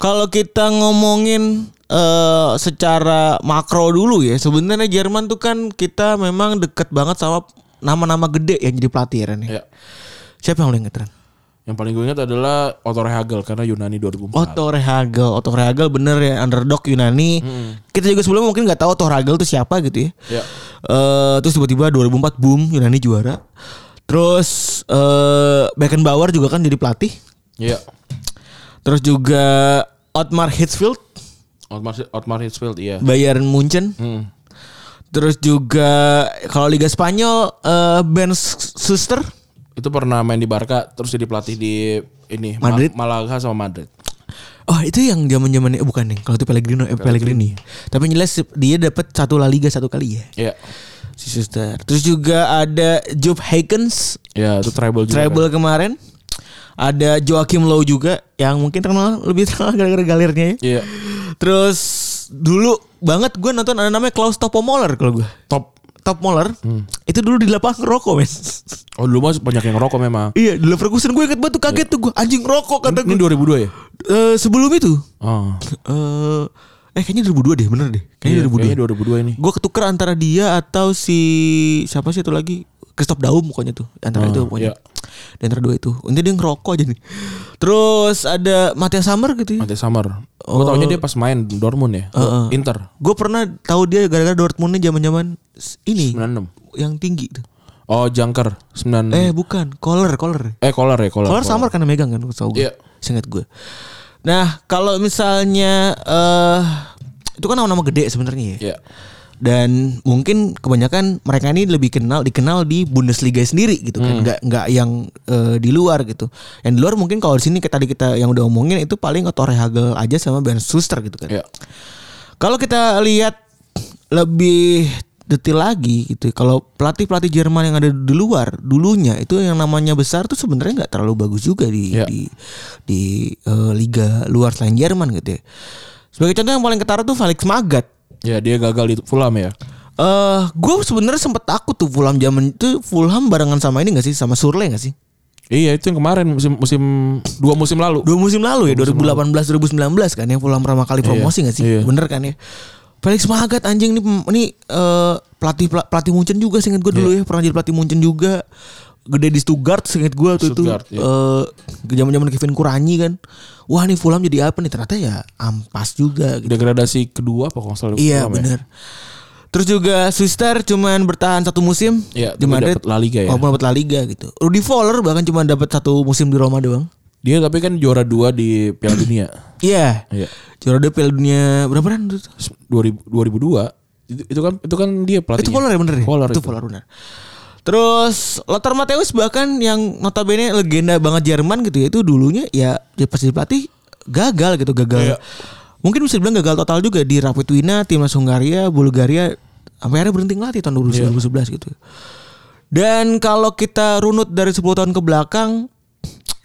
kalau kita ngomongin eh secara makro dulu ya sebenarnya Jerman tuh kan kita memang deket banget sama nama-nama gede yang jadi pelatih ya, Ren, ya. Ya. siapa yang lo inget Ren? Yang paling gue ingat adalah Otto Rehagel karena Yunani 2004. Otto Rehagel, Otto Rehagel bener ya underdog Yunani. Kita juga sebelumnya mungkin nggak tahu Otto Rehagel itu siapa gitu ya. Ya. Eh, terus tiba-tiba 2004 boom Yunani juara. Terus eh Beckenbauer juga kan jadi pelatih. Iya. Terus juga Otmar Hitzfeld Otmar Otmar Hitzfeld iya. Bayern Munchen. Hmm. Terus juga kalau Liga Spanyol eh Ben Suster Itu pernah main di Barca terus jadi pelatih di ini Ma- Madrid. Malaga sama Madrid. Oh itu yang zaman zamannya bukan nih kalau itu Pellegrino eh, Pellegrini. Tapi yang jelas dia dapat satu La Liga satu kali ya Iya. si Suster. Terus juga ada Job Haykens Ya, itu treble juga. treble kemarin. Ada Joachim Low juga yang mungkin terkenal lebih terkenal gara-gara galirnya ya. kan? Iya. Terus dulu banget gue nonton ada namanya Klaus Topomoller kalau gue. Top. Hmm. Top Moller itu dulu di lapangan rokok men. Oh, dulu mas banyak yang ngerokok memang. Iya di Leverkusen gue inget banget tuh kaget tuh gue anjing rokok kata Ini gue. 2002 ya? Eh, sebelum itu Oh. eh eh kayaknya 2002 deh bener deh Iya, kayaknya 2002. Kayaknya 2002 ini. Gue ketuker antara dia atau si siapa sih itu lagi Christoph Daum pokoknya tuh antara Ah, itu pokoknya. iya. Di antara dua itu. Intinya dia ngerokok aja nih. Terus ada Matias Sammer gitu ya. Mati Summer. Gue taunya dia pas main Dortmund ya. Heeh. Inter. Gue pernah tahu dia gara-gara Dortmundnya zaman-zaman s- ini 96. yang tinggi tuh. Oh, Junker. 9. Eh, Eh bukan, Koller, Koller. Kolar ya, Kolar. Kolar samar karena megang kan tahu gue. Iya. Seingat gue. Nah, kalau misalnya eh itu kan nama-nama gede sebenarnya ya. Iya. Dan mungkin kebanyakan mereka ini lebih kenal dikenal di Bundesliga sendiri gitu kan, Hmm. nggak nggak yang eh, di luar gitu. Yang di luar mungkin kalau di sini kayak tadi kita yang udah omongin itu paling Otto Rehagel aja sama Ben Suster gitu kan. Iya. Kalau kita lihat lebih detail lagi gitu. Kalau pelatih-pelatih Jerman yang ada di luar dulunya itu yang namanya besar tuh sebenarnya nggak terlalu bagus juga di Iya. di di eh, liga luar selain Jerman gitu ya. Sebagai contoh yang paling ketara tuh Felix Magath. Ya, dia gagal di Fulham ya. Eh, gue sebenarnya sempet takut tuh Fulham zaman itu Fulham barengan sama ini gak sih sama Surle gak sih? Iya, itu yang kemarin musim musim dua musim lalu. Dua musim lalu ya 2018 2019 kan yang Fulham pertama kali promosi nggak sih? Iya. Bener kan ya? Felix Magath anjing nih pem- ini eh, pelatih pela- pelatih Munchen juga seingat gue Iya. dulu ya pernah jadi pelatih Munchen juga gede di Stuttgart seingat gue tuh itu Stuttgart, iya. eh, zaman-zaman Kevin Kuranyi kan. Wah nih Fulham jadi apa nih ternyata ya ampas juga gitu. Degradasi kedua apa kalau nggak salah Iya Iya, Fulham ya? bener. Terus juga Suster cuman bertahan satu musim Iya, di tapi Madrid. dapat La Liga ya. Walaupun dapat La Liga gitu. Rudy Fowler bahkan cuma dapat satu musim di Roma doang. Dia tapi kan juara dua di Piala Dunia. Iya. Iya. Juara dia Piala Dunia berapa kan? Itu 2000 2002 itu, itu kan itu kan dia pelatih. Itu Polar ya bener ya? Polar itu itu. Polar bener. Terus Lothar Matthäus bahkan yang notabene legenda banget Jerman gitu ya itu dulunya ya dia pas jadi pelatih gagal gitu Iya. gagal. Mungkin bisa dibilang gagal total juga di Rapid Wina, timnas Hungaria, Bulgaria sampai akhirnya berhenti ngelatih tahun Iya. 2011 gitu. Dan kalau kita runut dari 10 tahun ke belakang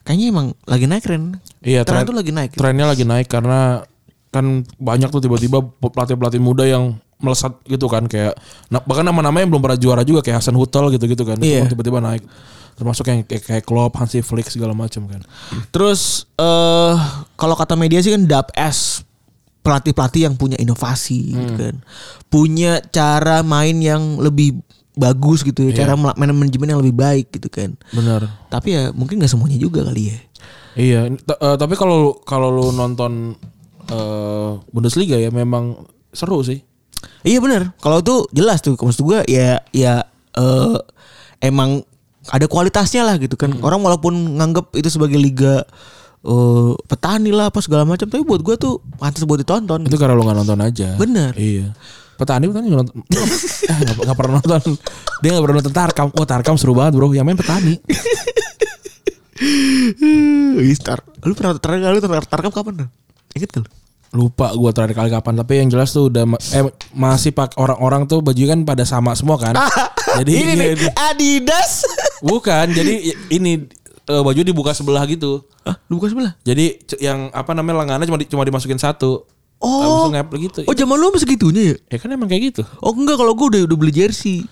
kayaknya emang lagi naik tren. Iya, tren tren- itu lagi naik. gitu. Trennya lagi naik karena kan banyak tuh tiba-tiba pelatih-pelatih muda yang melesat gitu kan kayak nah, bahkan nama-nama yang belum pernah juara juga kayak Hasan Hutel gitu-gitu kan Itu Iya. kan tiba-tiba naik termasuk yang kayak, kayak Klopp, Hansi Flick segala macam kan. Terus eh kalau kata media sih kan dap S pelatih-pelatih yang punya inovasi gitu kan. Punya cara main yang lebih bagus gitu ya, cara mela- manajemen yang lebih baik gitu kan. Benar. Tapi ya mungkin nggak semuanya juga kali ya. Iya, t- eh, tapi kalau kalau lu nonton eh, Bundesliga ya memang seru sih. Iya bener Kalau itu jelas tuh Maksud gue ya ya eh, emang ada kualitasnya lah gitu kan. Orang walaupun nganggep itu sebagai liga eh, petani lah apa segala macam tapi buat gue tuh pantas buat ditonton. Itu karena lu nggak nonton aja. Bener. Iya. Petani petani nggak nonton. Eh, nggak- nggak pernah nonton. Dia nggak pernah nonton Tarkam. Wah Tarkam seru banget bro. Yang main petani. Ih, Star. Lu pernah terakhir kali lu tar- tarkam kapan? Ingat kan? Lupa gua terakhir kali kapan. Tapi yang jelas tuh udah ma- eh, masih pak orang-orang tuh baju kan pada sama semua kan. Jadi Ah, ini iya, nih iya. Adidas. bukan. Jadi i- ini eh, baju dibuka sebelah gitu. Hah, lu buka sebelah. Jadi c- yang apa namanya lengannya cuma di- cuma dimasukin satu. Oh. Langsung ngepel gitu. Oh zaman lu masih segitunya ya? Ya kan emang kayak gitu. Oh enggak kalau gue udah udah beli jersey.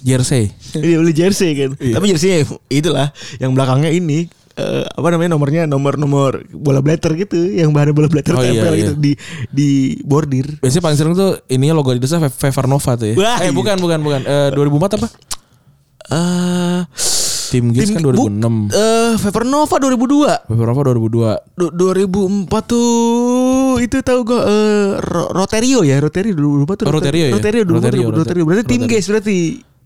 Jersey. Iya beli jersey kan. Tapi jersey itulah yang belakangnya ini eh, apa namanya nomornya nomor nomor bola blatter gitu yang bahannya bola blatter Oh, iya, tempel iya. gitu di di bordir. Biasanya paling sering tuh ininya logo Adidasnya Fe- Fever Nova tuh ya. Wah, iya. eh bukan bukan bukan. Eh 2004 apa? Eh Tim Giz kan bu- 2006. Eh Vapernova 2002. Fever Nova 2002. Du- 2004 tuh itu tahu gua eh, Ro- Roterio ya, Roterio 2004 tuh. Oh, Roterio ya? Roterio 2004 Roterio, Roterio. Roterio. Berarti tim Roterio. guys berarti.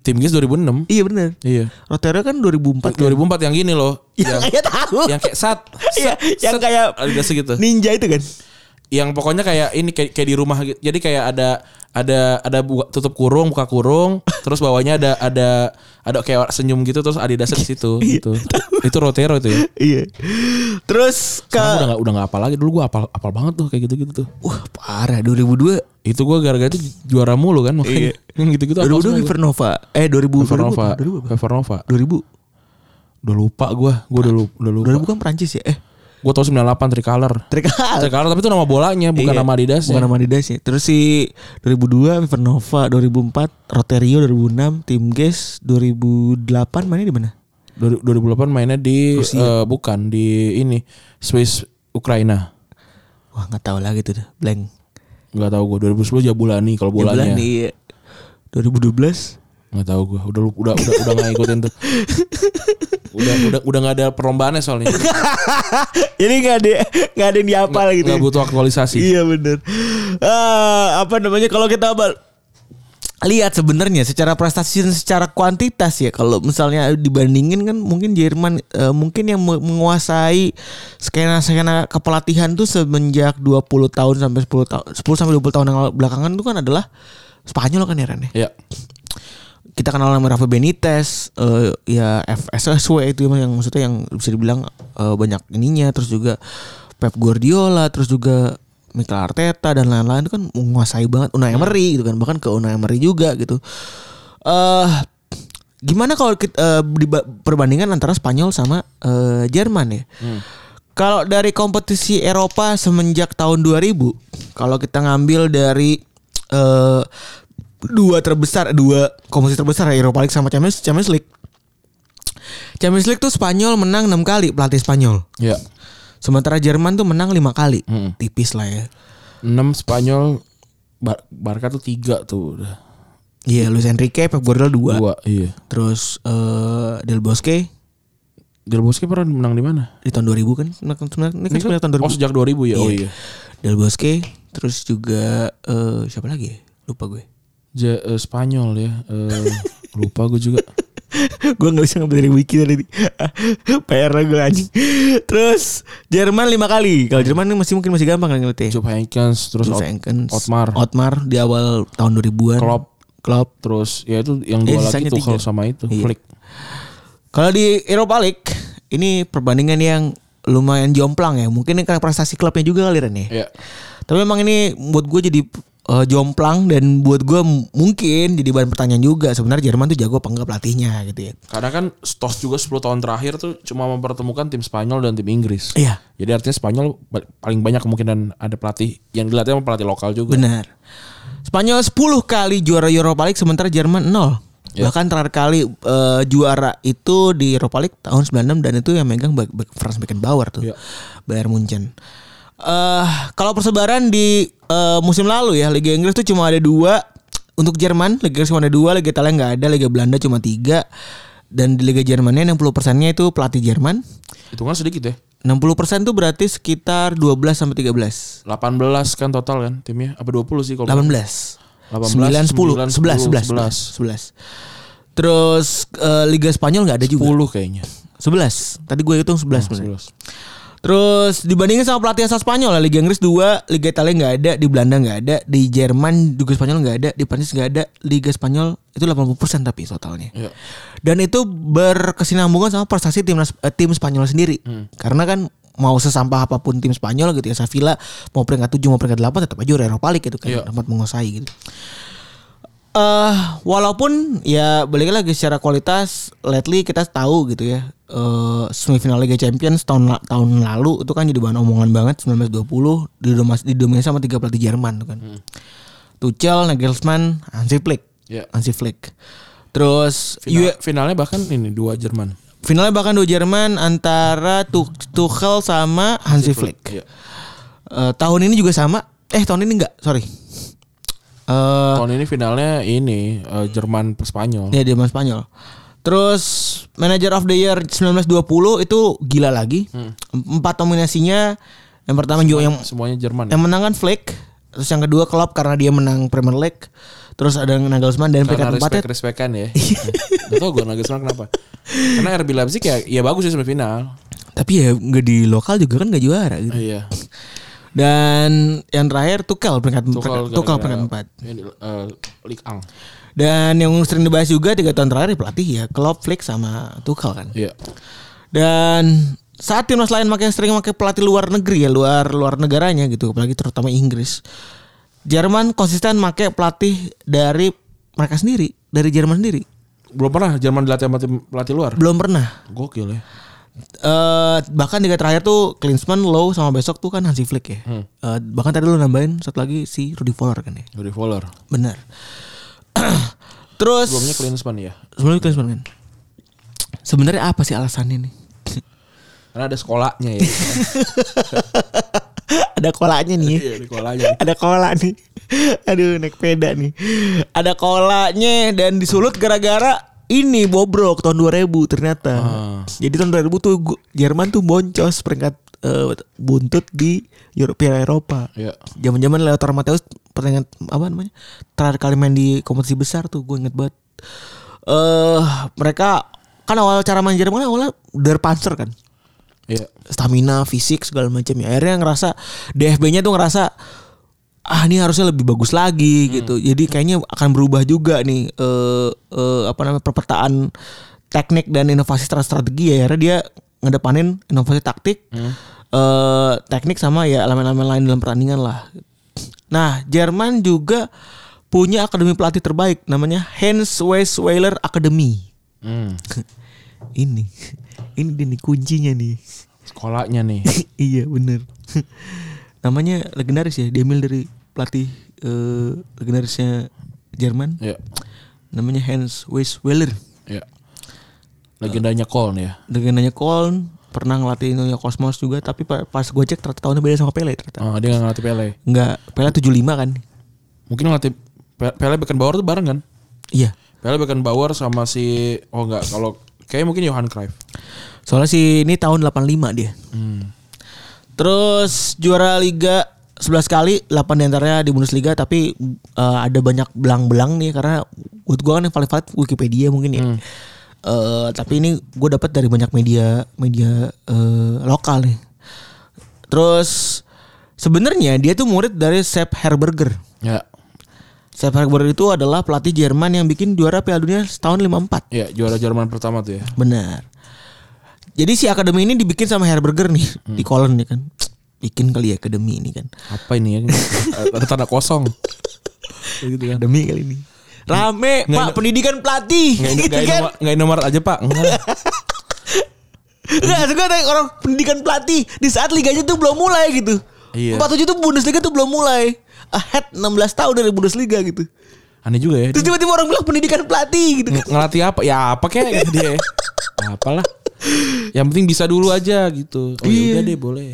Tim Giz 2006. Iya benar. Iya. Roterio kan 2004. 2004 yang gini loh. ya? Yang Yang kayak tahu. yang kayak sat. Iya, sat- yang sat- kayak Adidas gitu. Ninja itu kan. Yang pokoknya kayak ini kayak, kayak di rumah gitu. Jadi kayak ada ada ada buka, tutup kurung, buka kurung, terus bawahnya ada ada ada kayak senyum gitu terus Adidasnya di situ gitu. itu Rotero itu ya. Iya. Terus ke Sekarang udah gak, udah gak apal lagi dulu gue apal apal banget tuh kayak gitu-gitu tuh. Wah parah 2002 Itu gue gara-gara itu juara mulu kan Iya. makanya. Yang gitu-gitu 2002 apal semua gua. Hypernova Eh 2000 Fevernova. 2000 apa? Fevernova. 2000 Udah lupa gue, gue udah lupa. Udah lupa. 2000 kan Prancis ya Eh Gue tau 98 Tricolor. Trikal Tricolor tapi itu nama bolanya bukan nama Iya. Adidas. Bukan nama Adidas ya Terus si 2002 Hypernova 2004 Roterio 2006 Tim Guys 2008 mainnya di mana? 2008 mainnya di eh, bukan di ini Swiss Ukraina. Wah gak tahu lagi tuh dah, Blank Gak tau gue 2010 Jabulani kalau bolanya. Bulan nih 2012 Nggak tahu gue udah lupa- udah udah udah gak ikutin tuh. udah udah udah gak ada perlombaannya soalnya. Gitu Jadi gak ada Gak ada yang diapal gitu Gak butuh aktualisasi. Iya bener Eh, Apa namanya Kalau kita bal- Lihat sebenarnya secara prestasi dan secara kuantitas ya kalau misalnya dibandingin kan mungkin Jerman eh, mungkin yang me- menguasai skena-skena kepelatihan tuh semenjak 20 tahun sampai 10 tahun 10 sampai 20 tahun yang lalu- belakangan tuh kan adalah Spanyol kan ya Ren, ya? Ya. kita kenal nama Rafa Benitez eh, ya FSSW itu yang maksudnya yang bisa dibilang eh, banyak ininya terus juga Pep Guardiola terus juga Mikel Arteta dan lain-lain itu kan menguasai banget Unai Emery gitu kan bahkan ke Unai Emery juga gitu eh gimana kalau kita, eh, diba- perbandingan antara Spanyol sama eh, Jerman ya kalau dari kompetisi Eropa semenjak tahun 2000 kalau kita ngambil dari eh dua terbesar dua kompetisi terbesar ya Europa League sama Champions Champions League. Champions League tuh Spanyol menang 6 kali pelatih Spanyol. Ya. Sementara Jerman tuh menang 5 kali. Mm. Tipis lah ya. 6 Spanyol Bar Barca tuh 3 tuh udah. Iya, Luis Enrique, Pep Guardiola 2. Dua, iya. Terus eh Del Bosque Del Bosque pernah menang di mana? di tahun 2000 kan? Ini kan sebenarnya ini kan Ini kan- sebenarnya tahun 2000. Oh, sejak 2000 ya. Oh Iya. iya. Del Bosque, terus juga eh siapa lagi? ya? Lupa gue. Ja- eh, Spanyol ya. Eh, lupa gue juga. gue nggak bisa ngambil dari wiki tadi PR lah gue anjing terus Jerman lima kali kalau Jerman ini masih mungkin masih gampang kan ngelitnya Jupp Heynckes terus terus Ot- Jenkins, Otmar, Otmar di awal tahun 2000-an Klopp, Klopp terus ya itu yang Eh, dua lagi sisanya tuh tiga. kalau sama itu Iya. Flick. kalau di Eropa League ini perbandingan yang lumayan jomplang ya mungkin ini karena prestasi klubnya juga kali Ren ya Iya. Tapi memang ini buat gue jadi eh, jomplang dan buat gue m- mungkin jadi bahan pertanyaan juga sebenarnya Jerman tuh jago apa enggak pelatihnya gitu ya. Karena kan Stos juga 10 tahun terakhir tuh cuma mempertemukan tim Spanyol dan tim Inggris. Iya, Jadi artinya Spanyol ba- paling banyak kemungkinan ada pelatih yang dilatih sama pelatih lokal juga. benar. Spanyol 10 kali juara Europa League sementara Jerman 0. Ya. Bahkan terakhir kali eh, juara itu di Europa League tahun 96 dan itu yang megang Ba- Ba- Franz Beckenbauer tuh. Ya. Bayern Munchen. Eh kalau persebaran di eh, musim lalu ya Liga Inggris tuh cuma ada dua untuk Jerman Liga Inggris cuma ada dua Liga Italia nggak ada Liga Belanda cuma tiga dan di Liga Jermannya 60 persennya itu pelatih Jerman Hitungan sedikit ya. 60% tuh berarti sekitar 12 sampai 13. 18 kan total kan timnya apa 20 sih kalau 18. 9 10 9, 11 11 11. Terus eh, Liga Spanyol nggak ada juga. 10 kayaknya 11. Tadi gue hitung 11 sebenarnya. 11. Terus dibandingin sama pelatih asal Spanyol lah. Liga Inggris 2, Liga Italia nggak ada, di Belanda nggak ada, di Jerman juga Spanyol nggak ada, di Prancis nggak ada. Liga Spanyol itu 80% tapi totalnya. Iya. Dan itu berkesinambungan sama prestasi timnas eh, tim Spanyol sendiri. Hmm. Karena kan mau sesampah apapun tim Spanyol gitu ya Sevilla mau peringkat 7 mau peringkat 8 tetap aja udah Europa League gitu kan Iya. dapat menguasai gitu. Eh walaupun ya balik lagi secara kualitas lately kita tahu gitu ya. eh semifinal Liga Champions tahun la- tahun lalu itu kan jadi bahan omongan banget 1920 didomas- didominasi sama tiga pelatih Jerman tuh kan. Tuchel, Nagelsmann, Hansi Flick. Hmm. Iya. Hansi Flick. Terus Final- finalnya bahkan ini dua Jerman Finalnya bahkan dua Jerman antara Tu- Tuchel sama Hansi Flick. Iya. Eh, tahun ini juga sama. Eh tahun ini enggak, sorry. Eh tahun ini finalnya ini eh, Jerman per Spanyol ya Jerman Spanyol. Terus Manager of the Year 1920 itu gila lagi. Hmm. Empat nominasinya. Yang pertama juga yang semuanya Jerman yang menang kan Flick. Terus yang kedua Klopp karena dia menang Premier League. Terus ada Nagelsmann dan karena peringkat empatnya respect respectan ya Gak tau gue Nagelsmann kenapa karena RB Leipzig ya ya bagus sih semifinal Tapi ya nggak di lokal juga kan nggak juara gitu. iya Dan yang terakhir Tuchel peringkat Tuchel kan, ya. peringkat- Tuchel gara-gara- peringkat empat. ini, eh, Lik Ang Dan yang sering dibahas juga tiga tahun terakhir ya pelatih ya Klopp, Flick sama Tuchel kan. iya Dan saat timnas lain makin sering pakai pelatih luar negeri ya luar luar negaranya gitu, apalagi terutama Inggris. Jerman konsisten pakai pelatih dari mereka sendiri, dari Jerman sendiri. belum pernah Jerman dilatih sama tim pelatih luar Belum pernah. gokil ya Eh bahkan tiga terakhir tuh Klinsmann, Low sama besok tuh kan Hansi Flick ya. Eh, bahkan tadi lu nambahin satu lagi si Rudy Fowler kan ya. Yuri Fowler Benar. Terus sebelumnya Klinsmann ya sebelumnya Klinsmann kan. Sebenarnya apa sih alasannya nih? karena ada sekolahnya ya Ada kolanya nih. Iya, ada sekolahnya Ada kola nih. Aduh naik peda nih. Ada kolanya dan disulut gara-gara ini bobrok tahun 2000 ternyata. Ah. Jadi tahun 2000 tuh gu- Jerman tuh boncos peringkat eh, buntut di Euro- Piala Eropa. Iya. Zaman-zaman Leo Matthäus pertandingan apa namanya? Terakhir kali main di kompetisi besar tuh gue inget banget. Eh mereka kan awal cara main Jerman awalnya Der Panzer kan. Iya. stamina, fisik segala macam ya. Akhirnya ngerasa DFB-nya tuh ngerasa ah ini harusnya lebih bagus lagi gitu. Jadi kayaknya akan berubah juga nih eh eh, apa namanya perpetaan teknik dan inovasi stra- strategi ya. Akhirnya dia ngedepanin inovasi taktik, eh, teknik sama ya elemen-elemen lain dalam pertandingan lah. Nah, Jerman juga punya akademi pelatih terbaik namanya Hans Weisweiler Academy. Hmm. ini ini dia nih kuncinya nih. Sekolahnya nih. iya bener namanya legendaris ya diambil dari pelatih eh, legendarisnya Jerman Iya. namanya Hans Weisweiler Iya. Legendanya Köln ya. legendanya Köln pernah ngelatih New York Cosmos juga tapi pa- pas gue cek ternyata tahunnya beda sama Pele ternyata Ah, dia gak ngelatih Pele. nggak Pele 75 kan Mungkin ngelatih Pe- Pele Beckenbauer tuh bareng kan? iya Pele Beckenbauer sama si oh enggak kalau kayak mungkin Johan Cruyff. soalnya si ini tahun 85 dia Hmm. Terus juara liga 11 kali, 8 diantaranya di Bundesliga tapi eh, ada banyak belang-belang nih karena buat gua kan yang paling valid Wikipedia mungkin ya. Eh, tapi ini gue dapat dari banyak media media eh, lokal nih. Terus sebenarnya dia tuh murid dari Sepp Herberger. Ya. Sepp Herberger itu adalah pelatih Jerman yang bikin juara Piala Dunia tahun 54. Ya, juara Jerman pertama tuh ya. Benar. Jadi si akademi ini dibikin sama Herberger nih Hmm. di Kolon ya kan. Bikin kali ya akademi ini kan. Apa ini ya? Ada tanda kosong. gitu kan. Akademi kali ini. Rame, Pak, pendidikan pelatih. Enggak gitu kan. enggak nomor aja, Pak. Enggak. Enggak, suka tanya orang pendidikan pelatih di saat liganya tuh belum mulai gitu. Iya. 47 tuh Bundesliga tuh belum mulai. Ahead 16 tahun dari Bundesliga gitu. Aneh juga ya. Terus tiba-tiba orang bilang pendidikan pelatih gitu kan. Ng- ngelatih apa ya apa kayak gitu dia apalah yang penting bisa dulu aja gitu oh ya udah deh boleh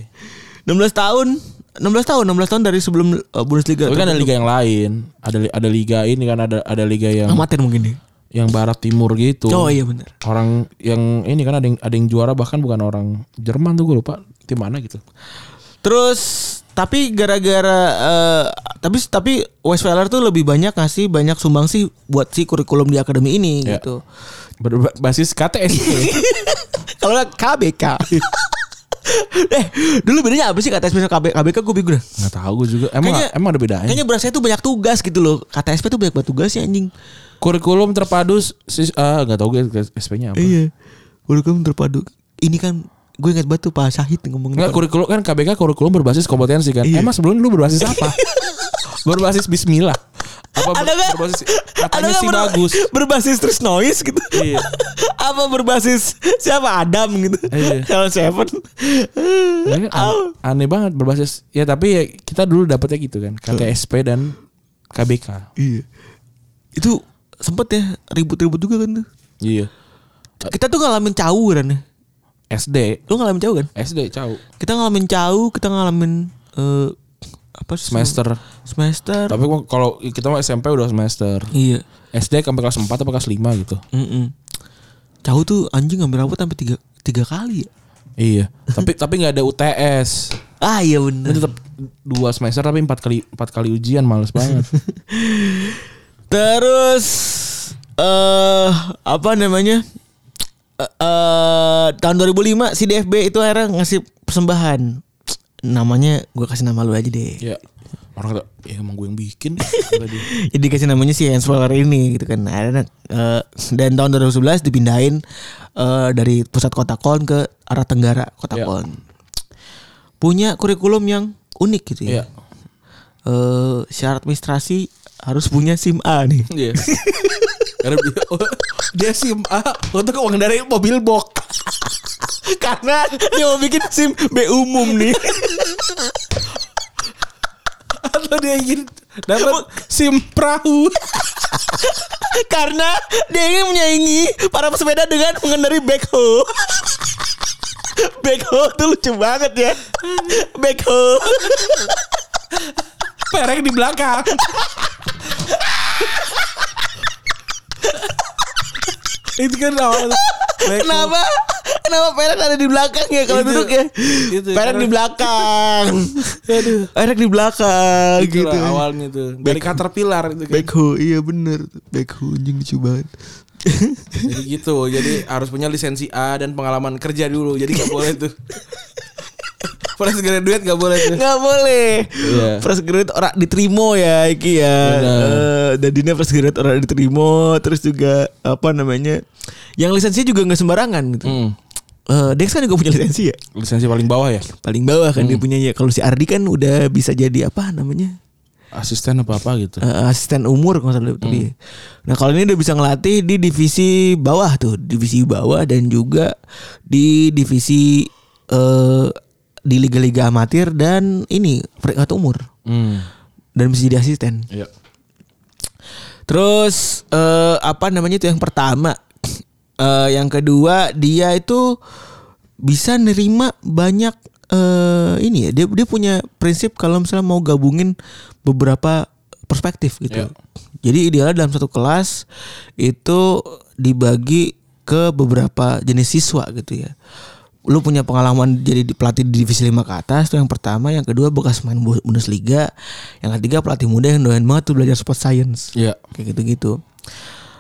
16 tahun 16 tahun 16 tahun dari sebelum uh, Bundesliga. tapi kan ada liga yang lain ada li- ada liga ini kan ada ada liga yang Amatir mungkin dia. yang barat timur gitu Oh iya benar. orang yang ini kan ada yang ada yang juara bahkan bukan orang Jerman tuh gue lupa tim mana gitu Terus tapi gara-gara eh, tapi tapi Westfeller tuh lebih banyak ngasih banyak sumbangsi buat si kurikulum di akademi ini Ya. gitu. berbasis KTS gitu ya. Kalau nggak KBK. eh, dulu bedanya apa sih KTSP sama KB- KBK gue bingung. dah. nggak tahu gue juga emang Kayaknya- emang ada bedanya Kayaknya berasa itu banyak tugas gitu loh. KTSP tuh banyak banget tugasnya anjing. kurikulum terpadu sis- ah nggak tahu gue SP-nya apa Iya. Kurikulum terpadu. Ini kan gue ingat banget tuh Pak Syahid ngomong Enggak kurikulum kan KBK kurikulum berbasis kompetensi kan. Emang sebelum lu berbasis apa? berbasis bismillah. Apa ber- ada nggak? berbasis katanya nggak sih ber- bagus. Berbasis terus noise gitu. Iya. Apa berbasis siapa Adam gitu. Iya. Helen Seven. Iya Ini kan an- aneh banget berbasis. Ya tapi ya kita dulu dapetnya gitu kan. KTSP dan KBK. Iya. Itu sempet ya ribut-ribut juga kan tuh. Iya. Kita tuh ngalamin cau kan. ya. SD, Lu ngalamin cau kan? SD cau. Kita ngalamin cau, kita ngalamin eh, apa sih? Semester. Semester. Tapi kalau kita mah SMP udah semester. Iya. SD sampai kelas 4 apa kelas 5 gitu. Mm-mm. Cau tuh anjing ngambil rapot sampai tiga tiga kali ya. Iya. tapi tapi nggak ada UTS. Ah iya Ini bener. tetap dua semester tapi empat kali empat kali ujian males banget. Terus eh apa namanya? Eh eh, tahun 2005 si DFB itu akhirnya ngasih persembahan. Namanya gue kasih nama lu aja deh. Ya. Orang kata, ya emang gue yang bikin. Kata dia. Jadi dikasih namanya si Hans Waller ini gitu kan. Akhirnya, eh, dan tahun 2011 dipindahin eh, dari pusat kota Kon ke arah tenggara kota Iya. Kon. Punya kurikulum yang unik gitu ya. Iya. Eh, syarat administrasi harus punya SIM A nih. Iya. Karena dia, oh, dia SIM A untuk uang dari mobil box. Karena dia mau bikin SIM B umum nih. Atau dia ingin dapat SIM perahu. Karena dia ingin menyaingi para pesepeda dengan mengendarai backhoe. backhoe tuh lucu banget ya. Backhoe. Pereng di belakang. Itu kan awal. Kenapa? Kenapa Perek ada di belakang ya kalau Itu- duduk ya? itu, Perek karena- di belakang. Aduh. Perek di belakang Gitu. gitu. awalnya tuh. Dari Caterpillar itu kan. Backhoe, iya bener. Backhoe anjing lucu banget. Jadi gitu. Jadi harus punya lisensi A dan pengalaman kerja dulu. Jadi gak boleh tuh. Fresh graduate gak boleh tuh. Nggak boleh. Iya. Fresh graduate orang diterima ya iki ya. Benar. Eh, Jadinya fresh graduate orang diterima terus juga apa namanya? Yang lisensinya juga nggak sembarangan gitu. Hmm. Eh, Dex kan juga punya lisensi ya. Lisensi paling bawah ya? Paling bawah kan dia punya ya. Kalau si Ardi kan udah bisa jadi apa namanya? Asisten apa-apa gitu. Eh, asisten umur kalau nggak salah tadi. Hmm. Nah kalau ini udah bisa ngelatih di divisi bawah tuh, divisi bawah dan juga di divisi eh di liga-liga amatir dan ini peringkat umur Hmm. dan bisa jadi asisten. Iya. Terus eh apa namanya itu yang pertama, Eh yang kedua dia itu bisa nerima banyak eh ini ya dia dia punya prinsip kalau misalnya mau gabungin beberapa perspektif gitu. Iya. Jadi idealnya dalam satu kelas itu dibagi ke beberapa jenis siswa gitu ya. Lu punya pengalaman jadi di- pelatih di divisi 5 ke atas itu yang pertama, yang kedua bekas main Bu- Bundesliga, yang ketiga pelatih muda yang doyan banget tuh belajar sport science Iya. kayak gitu-gitu.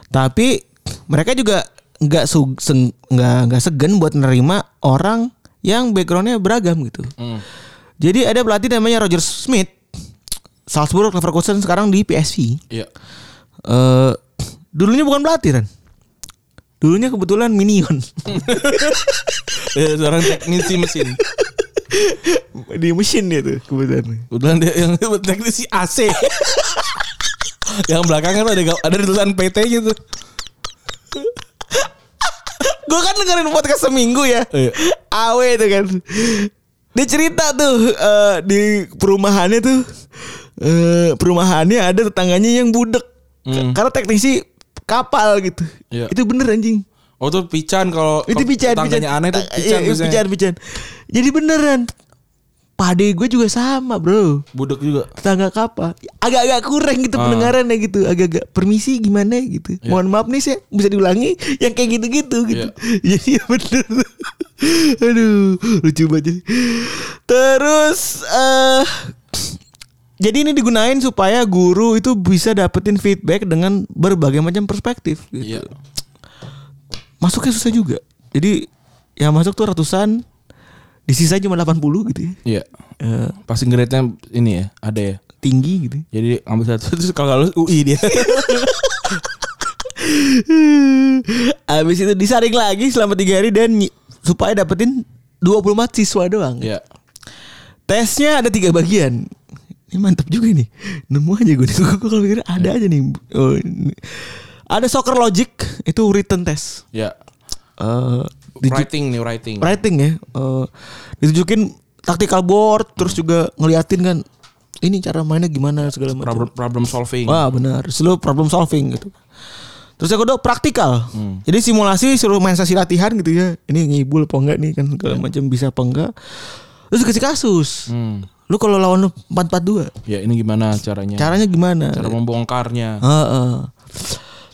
Tapi mereka juga nggak su- seng- nggak nggak segan buat nerima orang yang backgroundnya beragam gitu. Jadi ada pelatih namanya Roger Smith, Salzburg Leverkusen sekarang di PSV. Iya. Eh dulunya bukan pelatih kan? Dulunya kebetulan minion Eh, seorang teknisi mesin. di mesin dia tuh kebetulan. Kebetulan dia yang teknisi AC. yang belakang kan ada ada tulisan PT gitu. Gue kan dengerin podcast seminggu ya. Iya. Awe itu kan. Dia cerita tuh eh, di perumahannya tuh. eh, perumahannya ada tetangganya yang budek. Hmm. Karena teknisi kapal gitu. Iya. Itu bener anjing. Oh tuh pican kalau Itu kalau pican, Eh, tetangganya aneh tuh Iya, pican iya, biasanya. pican, pican. Jadi beneran. Pade gue juga sama bro Budek juga. tetangga kapa agak-agak kurang gitu pendengarannya gitu agak-agak permisi gimana gitu mohon maaf nih saya bisa diulangi yang kayak gitu-gitu gitu jadi ya bener aduh lucu banget terus eh jadi ini digunain supaya guru itu bisa dapetin feedback dengan berbagai macam perspektif gitu. Iya. masuknya susah juga jadi yang masuk tuh ratusan di sisa cuma 80 gitu ya Iya. Eh, Passing grade-nya ini ya, ada ya. tinggi gitu Jadi ambil satu terus kalau nggak lulus UI dia. Habis itu disaring lagi selama tiga hari dan ny- supaya dapetin 20 mahasiswa doang. Iya. Tesnya ada tiga bagian. Ini mantap juga nih. Nemu aja gue nih. Gue kalau mikir ada Iya. aja nih. Oh, ini. Ada soccer logic itu written test. Iya. Eh, diju- Writing nih writing. writing ya. Eh, ditunjukin tactical board terus juga ngeliatin kan ini cara mainnya gimana segala macam. Problem, problem solving. Wah benar, selalu problem solving gitu. Terus yang kedua praktikal. Hmm. Jadi simulasi suruh main sesi latihan gitu ya. Ini ngibul apa enggak nih kan segala macam bisa apa enggak. Terus dikasih kasus. Ya. Hmm. Lu kalau lawan lu 442, Ya ini gimana caranya? caranya gimana? Ya. Cara membongkarnya. Heeh.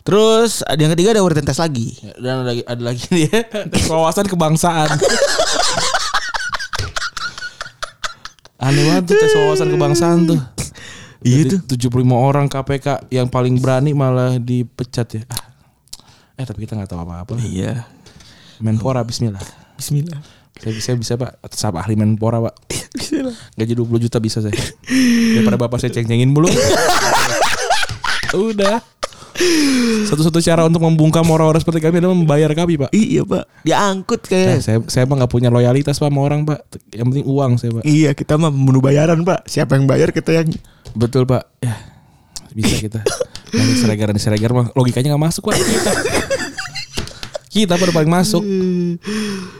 Terus ada yang ketiga ada written test lagi. Ya, Dan ada, ada lagi nih ya. Tes Wawasan kebangsaan. Aneh banget tuh tes wawasan kebangsaan tuh. Iya tuh. Jadi 75 orang KPK yang paling berani malah dipecat ya. Ah. Eh tapi kita nggak tahu apa-apa. Iya. Menpora bismillah. Bismillah. Saya bisa bisa Pak. Sab ahli Menpora Pak. Bismillah. Gaji 20 juta bisa saya. Daripada Bapak saya ceng-cengin mulu. Udah. Satu-satu cara untuk membungkam orang-orang seperti kami adalah membayar kami, Pak. Iya, Pak. Diangkut Nah, kayak. saya saya mah nggak punya loyalitas Pak sama orang, Pak. Yang penting uang saya, Pak. Iya, kita mah membunuh bayaran, Pak. Siapa yang bayar kita yang Betul, Pak. Ya. Bisa kita. Nanti seregar dan seregar mah logikanya nggak masuk, Pak. Kita. Kita baru paling masuk.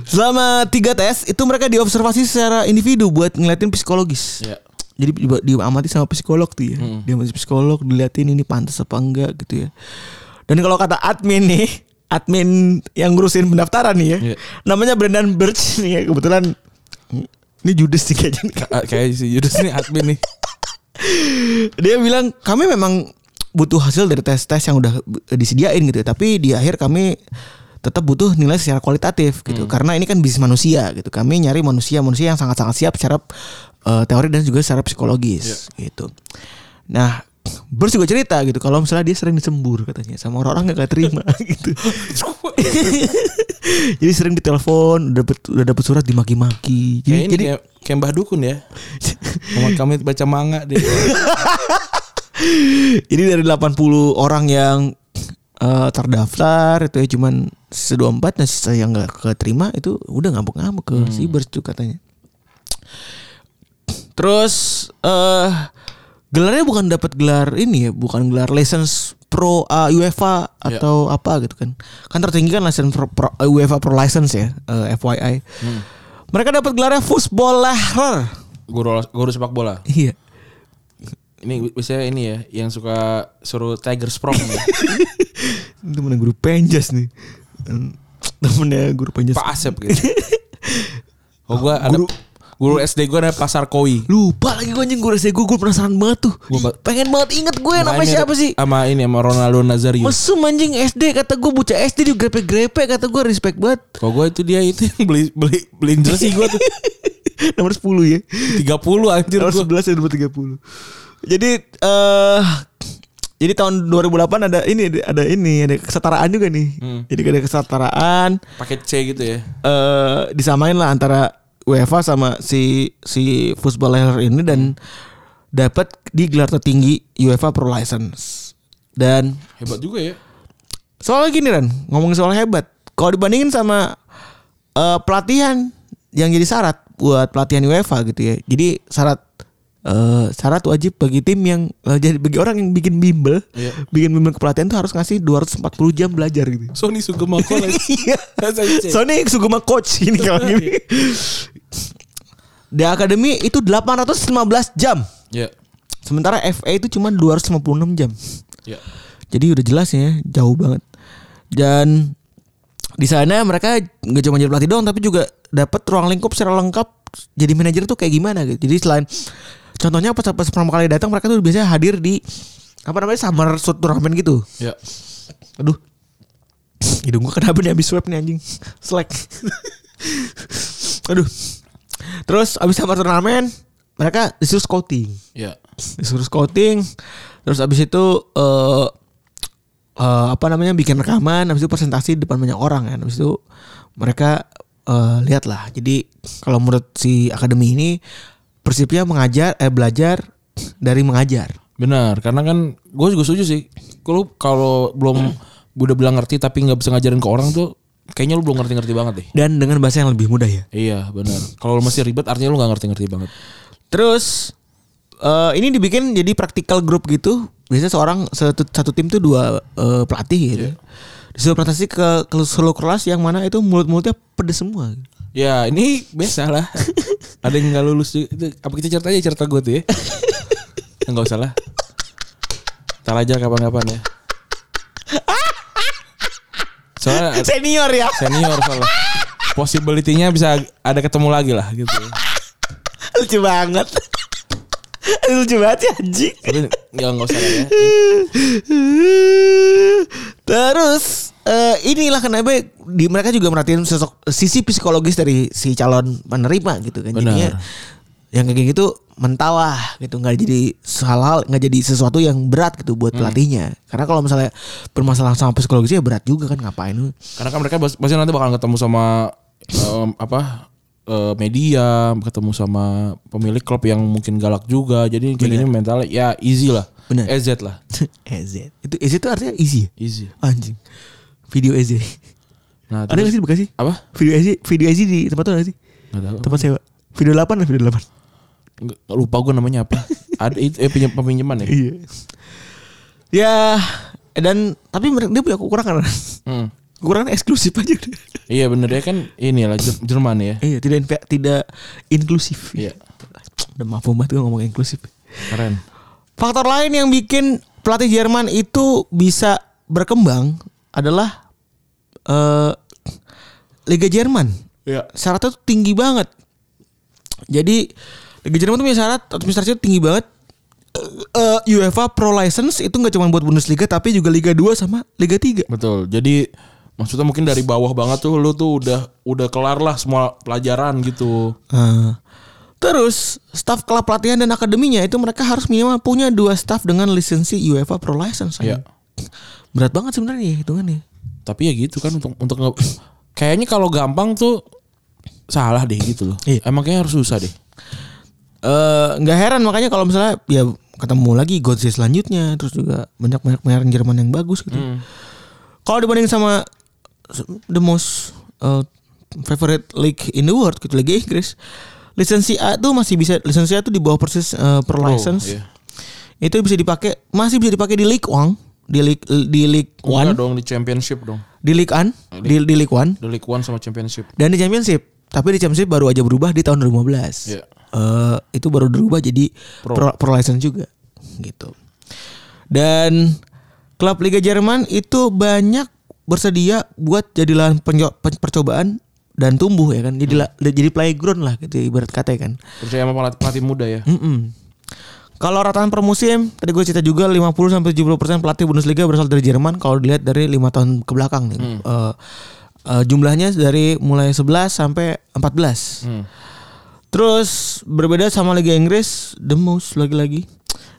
Selama tiga tes itu mereka diobservasi secara individu buat ngeliatin psikologis. Iya. Jadi di- diamati sama psikolog tuh ya. Diamati psikolog, diliatin ini pantas apa enggak gitu ya. Dan kalau kata admin nih, admin yang ngurusin pendaftaran nih ya. Iya. Namanya Brendan Birch nih ya kebetulan ini judes sih kayaknya. Ka- Kayak si Yudus nih admin nih. Dia bilang kami memang butuh hasil dari tes-tes yang udah disediain gitu ya. Tapi di akhir kami tetap butuh nilai secara kualitatif gitu. Karena ini kan bisnis manusia gitu. Kami nyari manusia-manusia yang sangat-sangat siap secara eh, teori dan juga secara psikologis gitu. Nah, Bers juga cerita gitu kalau misalnya dia sering disembur katanya sama orang-orang gak terima gitu. jadi sering ditelepon, udah dapet udah dapet surat dimaki-maki. Kayak Jadi, ini jadi kayak, kayak Mbah Dukun ya. Sama kami baca manga deh. Jadi dari 80 orang yang eh, terdaftar itu ya cuman sisa 24 nah sisa yang nggak keterima itu udah ngamuk-ngamuk ke si Bers tuh katanya. Terus eh gelarnya bukan dapat gelar ini ya, bukan gelar license pro eh, UEFA atau apa gitu kan. Kan tertinggi kan license pro, pro- eh, UEFA pro license ya, eh, FYI. Mereka dapat gelarnya footballer. Guru guru sepak bola. Iya. Ini biasanya ini ya yang suka suruh Tiger Sprong ya. Ini temennya guru penjas nih Em, Temennya guru penjas Pak Asep gitu. Oh gua ada guru, Guru- SD gua ada Pasar Koi. Lupa lagi gue anjing gue rasanya gue, gue penasaran banget tuh Gua ba- Pengen banget inget gue namanya Mainnya siapa sih Sama ini sama Ronaldo Nazario. Mesum anjing SD kata gue bocah SD di grepe-grepe kata gue respect banget Kalau gua itu dia itu yang beli beli beliin jersey gua tuh Nomor 10 ya 30 anjir Nomor gua. 11 ya nomor 30 Jadi eh jadi tahun 2008 ada ini ada ini ada kesetaraan juga nih. Jadi ada kesetaraan Pakai C gitu ya. eh disamain lah antara UEFA sama si si footballer ini dan dapat di gelar tertinggi UEFA Pro License. Dan Hebat juga ya. soal gini Ran, ngomongin soal hebat. Kalau dibandingin sama eh, pelatihan yang jadi syarat buat pelatihan UEFA gitu ya. Jadi syarat eh, syarat wajib bagi tim yang eh, jadi bagi orang yang bikin bimbel, Iya. bikin bimbel kepelatihan tuh harus ngasih 240 jam belajar gitu. Sony Sugimoko lagi. Iya. Sensei. Sony Suguma coach ini kalau gini. Di akademi itu 815 jam. Ya. Sementara FA itu cuma 256 jam. Ya. Jadi udah jelas ya, jauh banget. Dan di sana mereka nggak cuma jadi pelatih doang tapi juga dapat ruang lingkup secara lengkap jadi manajer tuh kayak gimana gitu. Jadi selain contohnya pas pas pertama kali datang mereka tuh biasanya hadir di apa namanya summer shoot turnamen gitu. Ya. Aduh. Hidung gua kenapa nih habis swab nih anjing. Slack. Aduh. Terus abis summer turnamen mereka disuruh scouting. Ya. Disuruh scouting. Terus abis itu eh eh, apa namanya bikin rekaman, habis itu presentasi di depan banyak orang kan. Habis itu mereka eh lihat lah. Jadi kalau menurut si akademi ini prinsipnya mengajar eh belajar dari mengajar. Benar, karena kan gue juga setuju sih. Kalau kalau belum udah bilang ngerti tapi nggak bisa ngajarin ke orang tuh, kayaknya lu belum ngerti-ngerti banget deh. dan dengan bahasa yang lebih mudah ya. Iya, benar. Kalau lu masih ribet, artinya lu nggak ngerti-ngerti banget. Terus eh, ini dibikin jadi practical group gitu. Biasanya seorang satu, satu tim tuh dua eh, pelatih gitu. Disuruh presentasi ke, ke seluruh kelas yang mana itu mulut-mulutnya pedes semua. Ya, ini biasa lah. Ada yang nggak lulus juga. Itu, apa kita cerita aja cerita gue tuh ya? Enggak usah lah. Ntar aja kapan-kapan ya. Soalnya Senior ya. senior soalnya. Possibility-nya bisa ada ketemu lagi lah gitu. ya. Lucu banget. Lucu banget ya anjing. Tapi ya nggak usah lah ya. Terus eh, inilah kenapa di mereka juga merhatiin sosok sisi psikologis dari si calon penerima gitu kan. Benar. Jadinya yang kayak gitu mentawah gitu nggak jadi hal-hal nggak jadi sesuatu yang berat gitu buat pelatihnya. Karena kalau misalnya bermasalah sama psikologisnya berat juga kan ngapain lu. Karena kan mereka bas- pasti nanti bakal ketemu sama em, apa eh, media, ketemu sama pemilik klub yang mungkin galak juga. Jadi kayak gini mentalnya ya easy lah. Benar. EZ lah. EZ. E Itu EZ itu artinya easy. ya? Easy. Anjing. Video EZ. Nah, Ada nggak terus- sih di Bekasi? apa? Video EZ, video EZ di tempat tuh nggak sih? Nggak tahu. Tempat sewa. Video 8 lah, video 8. Nggak- lupa gue namanya apa. Ada itu eh, pinjam, peminjaman ya? Iya. Ya dan tapi mereka dia punya kekurangan. Hmm. Kekurangan eksklusif aja. udah. Iya bener ya kan ini lah Jer- Jerman ya. Iya, tidak inve- tidak inklusif. Iya. Udah maaf banget gue ngomong inklusif. Keren. Faktor lain yang bikin pelatih Jerman itu bisa berkembang adalah eh, Liga Jerman. Iya. syaratnya tuh tinggi banget. Jadi Liga Jerman tuh punya syarat administrasinya tinggi banget. Eh, eh, UEFA Pro License itu nggak cuma buat Bundesliga tapi juga Liga 2 sama Liga 3. Betul. Jadi maksudnya mungkin dari bawah banget tuh lu tuh udah udah kelar lah semua pelajaran gitu. Nah, terus staf klub pelatihan dan akademinya itu mereka harus minimal punya dua staf dengan lisensi UEFA Pro License. Iya. Berat banget sebenarnya ya hitungannya. Tapi ya gitu kan untuk untuk nge- kayaknya kalau gampang tuh salah deh gitu loh. Iya. Emang kayaknya harus susah deh. Eh, nggak heran makanya kalau misalnya ya ketemu lagi Godse selanjutnya terus juga banyak banyak pemain Jerman yang bagus gitu. Hmm. Kalau dibanding sama the most uh, favorite league in the world gitu Liga Inggris, lisensi A tuh masih bisa lisensi A tuh di bawah persis uh, per license. iya. Itu bisa dipakai masih bisa dipakai di League One, di League di League One, Enggak dong di championship dong. di League An, di, di League One Di League One sama championship. dan di championship tapi di championship baru aja berubah di tahun 2015 Iya. Eh, itu baru berubah jadi pro. Pro, license juga gitu dan klub liga Jerman itu banyak bersedia buat jadi lahan penjo- pen- percobaan dan tumbuh ya kan jadi la- jadi playground lah gitu ibarat kata ya kan Percaya sama pelatih, pelatih muda ya. Mm-mm. Kalau rataan per musim, tadi gue cerita juga 50 sampai 70% pelatih Bundesliga berasal dari Jerman kalau dilihat dari lima tahun ke belakang nih. Hmm. Eh, eh, jumlahnya dari mulai 11 sampai 14. Hmm. Terus berbeda sama Liga Inggris, the most lagi-lagi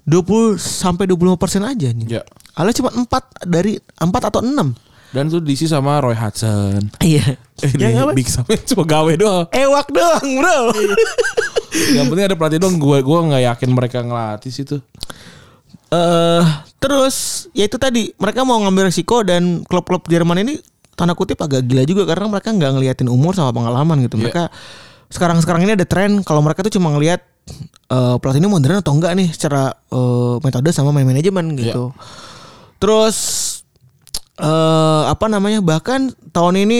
20 sampai 25% aja nih. Ya. Alias cuma 4 dari 4 atau 6. Dan tuh diisi sama Roy Hudson. Iya. Ini Yang apa? Big Iya. Sam cuma gawe doang. Ewak doang, Bro. Yang penting ada pelatih doang. Gue gue nggak yakin mereka ngelatih sih tuh. eh terus ya itu tadi mereka mau ngambil risiko dan klub-klub Jerman ini tanda kutip agak gila juga karena mereka nggak ngeliatin umur sama pengalaman gitu. Mereka sekarang-sekarang ini ada tren kalau mereka tuh cuma ngelihat eh pelatih ini modern atau enggak nih secara eh, metode sama main manajemen gitu. Terus eh apa namanya? Bahkan tahun ini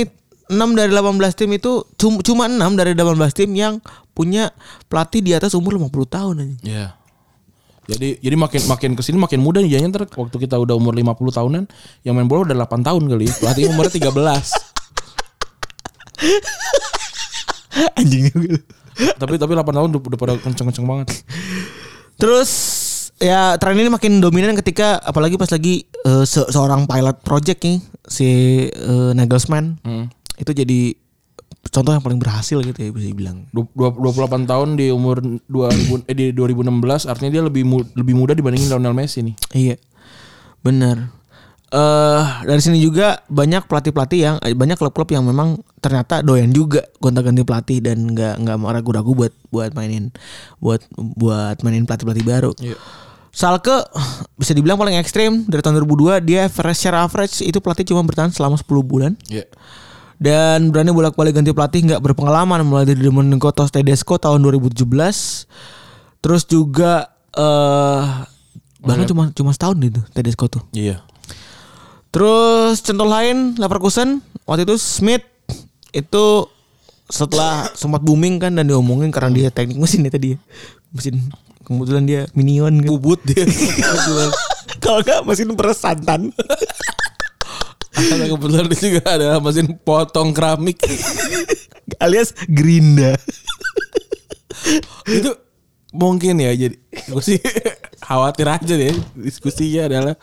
6 dari 18 tim itu cum- cuma 6 dari 18 tim yang punya pelatih di atas umur 50 tahun aja. Iya. Jadi jadi makin makin kesini makin muda nih jadinya ntar waktu kita udah umur 50 tahunan yang main bola udah 8 tahun kali. Pelatih umurnya 13. Anjing gitu. tapi tapi 8 tahun udah, udah pada kenceng-kenceng banget. Terus ya tren ini makin dominan ketika apalagi pas lagi eh, se- seorang pilot project nih si eh, Nagelsmann itu jadi contoh yang paling berhasil gitu ya bisa dibilang. Du- dua- 28 tahun di umur 2000 eh di 2016 artinya dia lebih mu- lebih muda dibandingin Lionel Messi nih. Iya. Bener. Eh dari sini juga banyak pelatih-pelatih yang eh, banyak klub-klub yang memang ternyata doyan juga gonta-ganti pelatih dan nggak nggak mau ragu-ragu buat buat mainin buat buat mainin pelatih-pelatih baru. Salke bisa dibilang paling ekstrim dari tahun 2002 dia average secara average itu pelatih cuma bertahan selama 10 bulan Iya. dan berani bolak-balik ganti pelatih nggak berpengalaman mulai dari Domenico Tedesco tahun 2017 terus juga eh bahkan cuma cuma setahun gitu Tedesco tuh Iya. terus contoh lain Leverkusen waktu itu Smith itu setelah sempat booming kan dan diomongin karena dia teknik mesin ya tadi ya. mesin kebetulan dia minion kan. Bubut dia. kalau nggak mesin peresantan Karena kebetulan dia juga ada mesin potong keramik. alias gerinda Itu mungkin ya jadi gue sih khawatir aja deh diskusinya adalah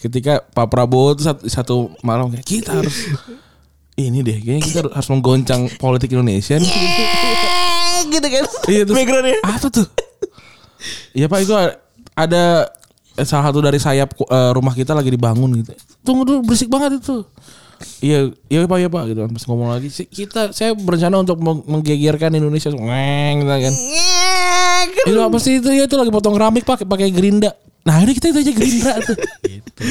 ketika Pak Prabowo tuh satu, satu malam kayak kita harus ini deh kayaknya kita harus menggoncang politik Indonesia nih. Eh, gitu kan Iya, terus- backgroundnya Apa tuh? Iya Pak itu a- ada salah satu dari sayap ku- eh, rumah kita lagi dibangun gitu. Tunggu dulu berisik banget itu. Iya, iya Pak, iya Pak gitu kan. Pas ngomong lagi, "Si- kita saya berencana untuk meng- menggegerkan Indonesia. Ngeng gitu kan. Itu apa sih itu? Ya itu lagi potong keramik pakai pakai gerinda. Nah, ini kita itu aja gerindra tuh. gitu.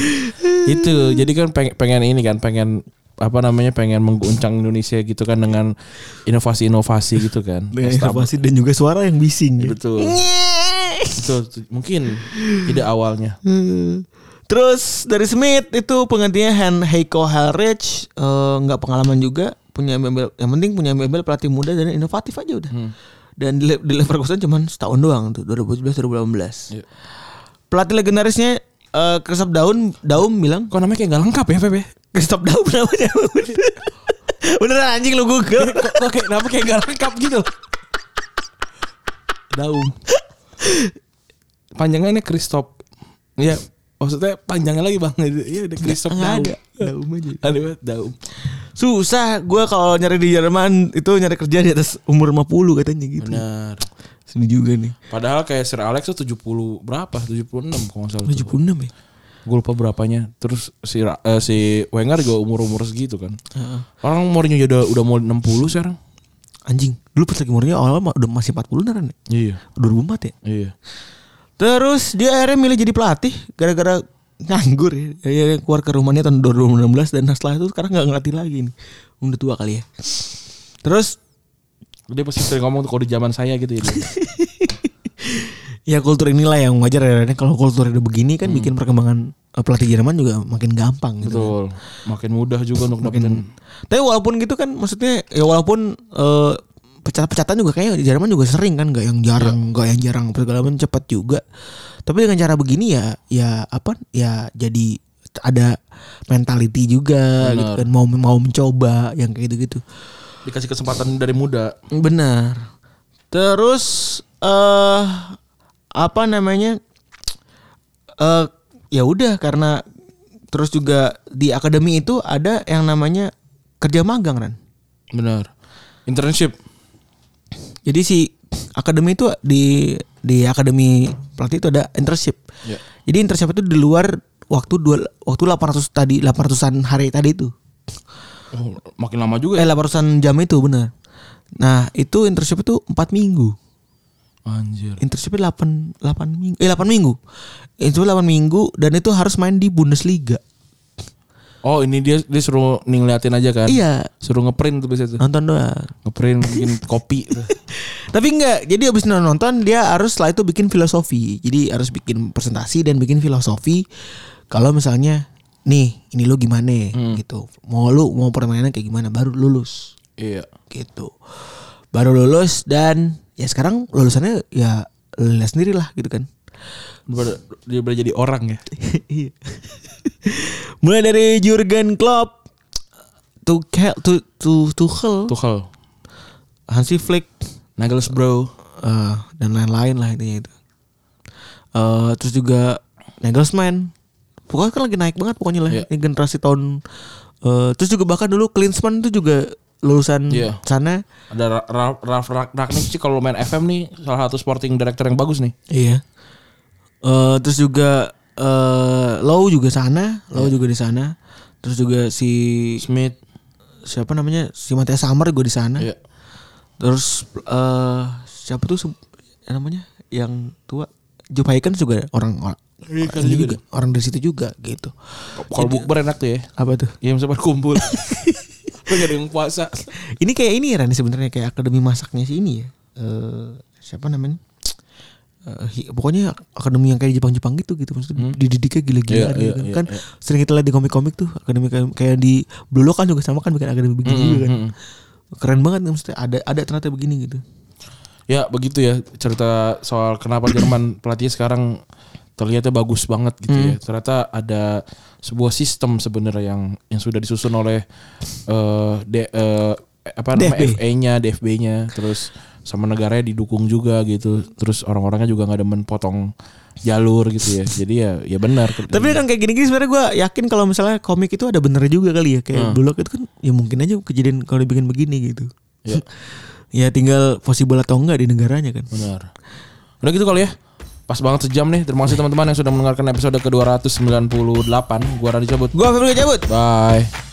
Itu. Jadi kan pengen, pengen ini kan, pengen apa namanya pengen mengguncang Indonesia gitu kan dengan inovasi-inovasi gitu kan. Dengan inovasi dan juga suara yang bising gitu. Betul. Betul, tu- mungkin ide awalnya. Terus dari Smith itu penggantinya Han Heiko Helrich eh, nggak pengalaman juga punya embel yang penting punya embel pelatih muda dan inovatif aja udah. Hmm. Dan di, Le- di Leverkusen cuman setahun doang tuh 2017 2018. Iya. Pelatih legendarisnya eh Christoph Daum Daum bilang Kok namanya kayak nggak lengkap ya Pepe? Christoph Daum namanya beneran anjing lu Google Kok, kok kayak nama kayak nggak lengkap gitu? loh? Daum. Panjangnya ini Christop. Ya, maksudnya panjangnya lagi bang. Iya, ada Christop Nggak Daum. ada. Daum aja Ada banget Daum. susah gue kalau nyari di Jerman itu nyari kerja di atas umur 50 katanya gitu Benar. sini juga nih Padahal kayak Sir Alex tuh 70 berapa? 76 kalau nggak salah. 76 ya Gue lupa berapanya. Terus si Ra- eh, si Wenger juga umur-umur segitu kan. Orang Mourinho aja udah udah mau 60 sekarang. anjing dulu pas lagi umurnya awal mah udah masih 40 naran ya Iya. 2004 ya Iya. terus dia akhirnya milih jadi pelatih gara-gara nganggur ya Dia keluar ke rumahnya tahun 2016 dan setelah itu sekarang nggak ngelatih lagi nih udah tua kali ya terus Dia pasti sering ngomong tuh kalau di zaman saya gitu ya. dia. ya kultur inilah yang wajar ya Ren. kalau kultur udah begini kan bikin perkembangan eh, pelatih Jerman juga makin gampang gitu Betul. Makin mudah juga untuk dapetin. Tapi walaupun gitu kan maksudnya ya walaupun eh, pecat-pecatan juga kayaknya di Jerman juga sering kan nggak yang jarang nggak yang jarang segala macam cepat juga. Tapi dengan cara begini ya ya apa ya jadi ada mentality juga gitu kan mau mau mencoba yang kayak gitu-gitu. Dikasih kesempatan dari muda. Benar. Terus eh apa namanya? Eh ya udah karena terus juga di akademi itu ada yang namanya kerja magang kan. Benar. Internship. Jadi si akademi itu di di akademi pelatih itu ada internship. Iya. Jadi internship itu di luar waktu dua, waktu 800 tadi 800-an hari tadi itu. Oh, makin lama juga Eh ya. 800-an jam itu benar. Nah, itu internship itu 4 minggu. Anjir. internshipnya 8 8 minggu eh 8 minggu itu 8 minggu dan itu harus main di Bundesliga Oh, ini dia dia suruh nih ngeliatin aja kan. iya Suruh ngeprint tuh biasanya tuh. nonton doang Ngeprint bikin kopi tuh. tapi enggak jadi abis nonton dia harus setelah itu bikin filosofi jadi harus bikin presentasi dan bikin filosofi kalau misalnya nih ini lu gimana gitu mau lu mau permainan kayak gimana baru lulus Iya. gitu baru lulus dan ya sekarang lulusannya ya lu lihat sendiri lah gitu kan Daripada- Dia boleh jadi orang ya. Iya. Mulai dari Jurgen Klopp, Tuchel, tu, tu, Tuchel, Tuchel. Hansi Flick, Nagelsbro. eh, dan lain-lain lah intinya itu. Eh, terus juga Nagelsmann. Pokoknya kan lagi naik banget pokoknya lah Iya. ini generasi tahun eh, terus juga bahkan dulu Klinsmann itu juga lulusan Iya. sana. Ada Ra- Ra- Ralf Ra- Ragnik sih kalau main FM nih salah satu sporting director yang bagus nih. Iya. Eh terus juga eh Low juga sana, Low juga di sana. Terus juga si Iya. Smith. siapa namanya? Si Matias Samar gue di sana. Iya. Terus eh siapa tuh se- yang namanya yang tua? Joe Paikan juga ya? orang orang, Iya, kan orang juga, orang dari situ juga gitu. Kalau bukber enak tuh ya. Apa tuh? Game sempat kumpul. Gue jadi yang puasa. Ini kayak ini Ran sebenarnya kayak akademi masaknya si ini ya. Eh siapa namanya? Eh, hi- pokoknya akademi yang kayak Jepang-Jepang gitu gitu maksudnya dididiknya gila-gilaan Hmm. Iya, gitu iya, kan. iya, Kan sering kita lihat di komik-komik tuh akademi kayak, kayak di Blue Lock kan juga sama kan bikin akademi begini Hmm, juga kan. Keren banget kan maksudnya ada ada ternyata begini gitu. Ya begitu ya cerita soal kenapa Jerman pelatihnya sekarang terlihatnya bagus banget gitu ya. Ternyata ada sebuah sistem sebenarnya yang yang sudah disusun oleh eh D- eh, apa namanya DFB. FA-nya, DFB-nya, terus sama negaranya didukung juga gitu. Terus orang-orangnya juga nggak demen potong jalur gitu ya. Jadi ya ya benar. Tapi kan kayak gini-gini sebenarnya gue yakin kalau misalnya komik itu ada bener juga kali ya kayak Blue Lock itu kan ya mungkin aja kejadian kalau dibikin begini gitu. Iya. ya tinggal possible atau enggak di negaranya kan. Benar. Udah gitu kali ya. Pas banget sejam nih. Terima kasih teman-teman yang sudah mendengarkan episode ke-298. Gua Raditya Cabut. Gua Febri cabut. Bye.